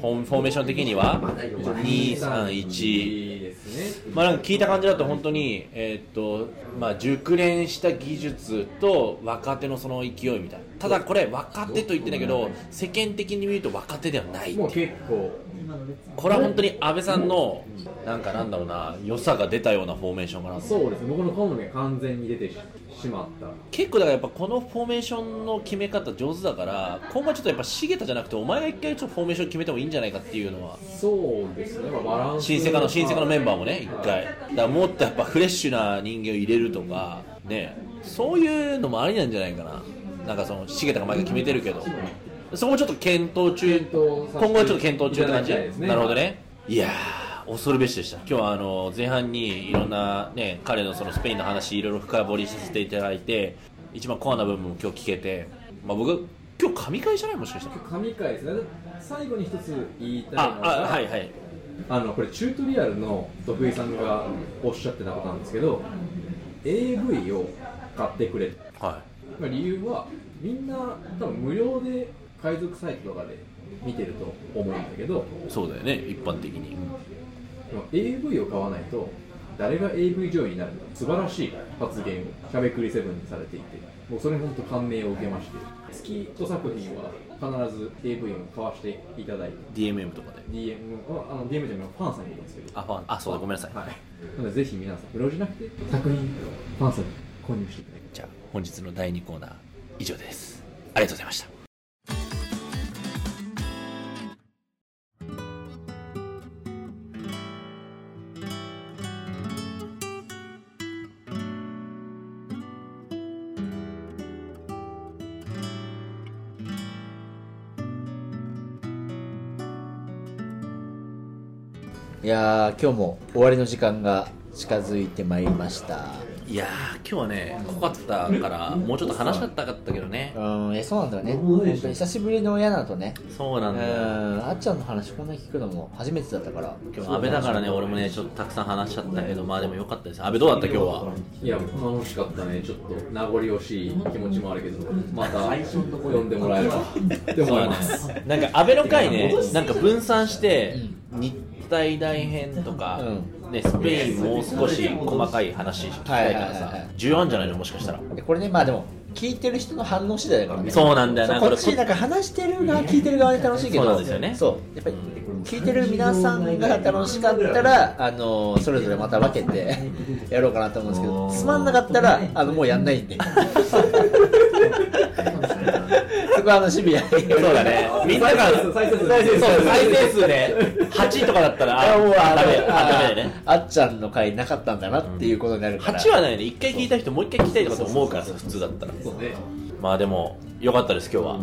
D: フォーフォーメーション的には231
A: いいですね
D: まあなんか聞いた感じだと本当にえーっとまあ熟練した技術と若手のその勢いみたいなただこれ若手と言ってんだけど世間的に見ると若手ではないってい
A: も
D: う
A: う結構
D: これは本当に安倍さんのなんかなんだろうな良さが出たようなフォーメーションかな
A: そうですね僕の好みが完全に出てししまった
D: 結構だからやっぱこのフォーメーションの決め方上手だから今後はちょっとやっぱ重田じゃなくてお前が一回ちょっとフォーメーション決めてもいいんじゃないかっていうのは
A: そうですね、まあ、バランス
D: 新世界の新世界のメンバーもね一回だからもっとやっぱフレッシュな人間を入れるとかねそういうのもありなんじゃないかななんかその重田が前が決めてるけどそこもちょっと検討中
A: 検討させて
D: 今後はちょっと検討中って感じ
A: いただきたいですね
D: なるほどねいやー恐るべしでした今日はあの前半にいろんな、ね、彼のそのスペインの話いろいろ深掘りさせていただいて一番コアな部分も今日聞けて、まあ、僕今日神会じゃないもしかしたら
A: 神回ですね最後に一つ言いたいの
D: あ
A: が
D: あはいはい
A: あのこれチュートリアルの徳井さんがおっしゃってたことなんですけど AV を買ってくれ
D: は
A: まあ理由はみんな多分無料で海賊サイトとかで見てると思うんだけど
D: いそうだよね一般的に
A: でも AV を買わないと誰が AV 上位になるのか素晴らしい発言をしゃべくりセブンにされていてもうそれに本当感銘を受けまして月5作品は必ず AV を買わせていただいて
D: DMM とかで
A: DM ああの DM じゃないファンさんにいるんですけど
D: あファンあそうだごめんなさい、
A: はい、なのでぜひ皆さん無料じゃなくて作品ファンさんに購入していただき
D: じゃあ本日の第2コーナー以上ですありがとうございました
C: いやー今日も終わりの時間が近づいてまいりました
D: いやー今日はね濃かったからもうちょっと話したかったけどね
C: うんえそうなんだよね本当に久しぶりの親だとね
D: そうな
C: うんん
D: だよ
C: あっちゃんの話こんなに聞くのも初めてだったから
D: 今日安倍だからね俺もねちょっとたくさん話しちゃったけどまあでもよかったです安倍どうだった今日は
A: ますいや楽しかったねちょっと名残惜しい気持ちもあるけどまた呼んでもらえればって思います、
D: なんか安倍の回ねなんか分散して日体大編とか、ね、スペインもう少し細かい話聞きたいから
C: はいはい
D: さ
C: はい
D: 重要あんじゃないのもしかしたら
C: でこれねまあでも聞いてる人の反応次第だからね
D: そうなんだよな
C: そうこっ
D: これ
C: ちなんか話してる側聞いてる側で楽しいけど
D: そうなんですよね
C: そうやっぱり聞いてる皆さんが楽しかったらあのそれぞれまた分けて やろうかなと思うんですけどつまんなかったらあのもうやんな いんでそこはあのシビアに
D: そうだねみんながそう
A: 再生数
D: 再生数ね8とかだったらあもうダメあダメだよね
C: ああっちゃんの回なかったんだなっていうことになるから
D: 8はないね一回聞いた人もう一回聞きたいとかと思うからさ普通だったら
A: そうね
D: まあでもよかったです今日は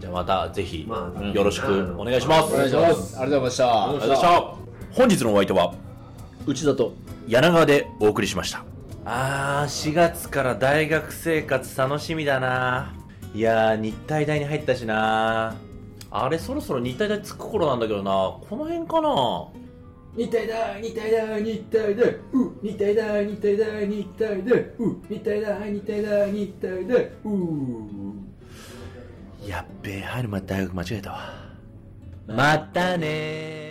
D: じゃあまたぜひよろしくお願いします
C: お願いしますありがとうございました
D: ありがとうございました本日のお相手は
C: 内田と
D: 柳川でお送りしましたあー4月から大学生活楽しみだないやー日体大に入ったしなあれそろそろ日体大着く頃なんだけどなこの辺かな
A: 日体大日体大日体大う日体大日体大日体大う日体大日体大日体大う
D: やっべえ入る前大学間違えたわまたねー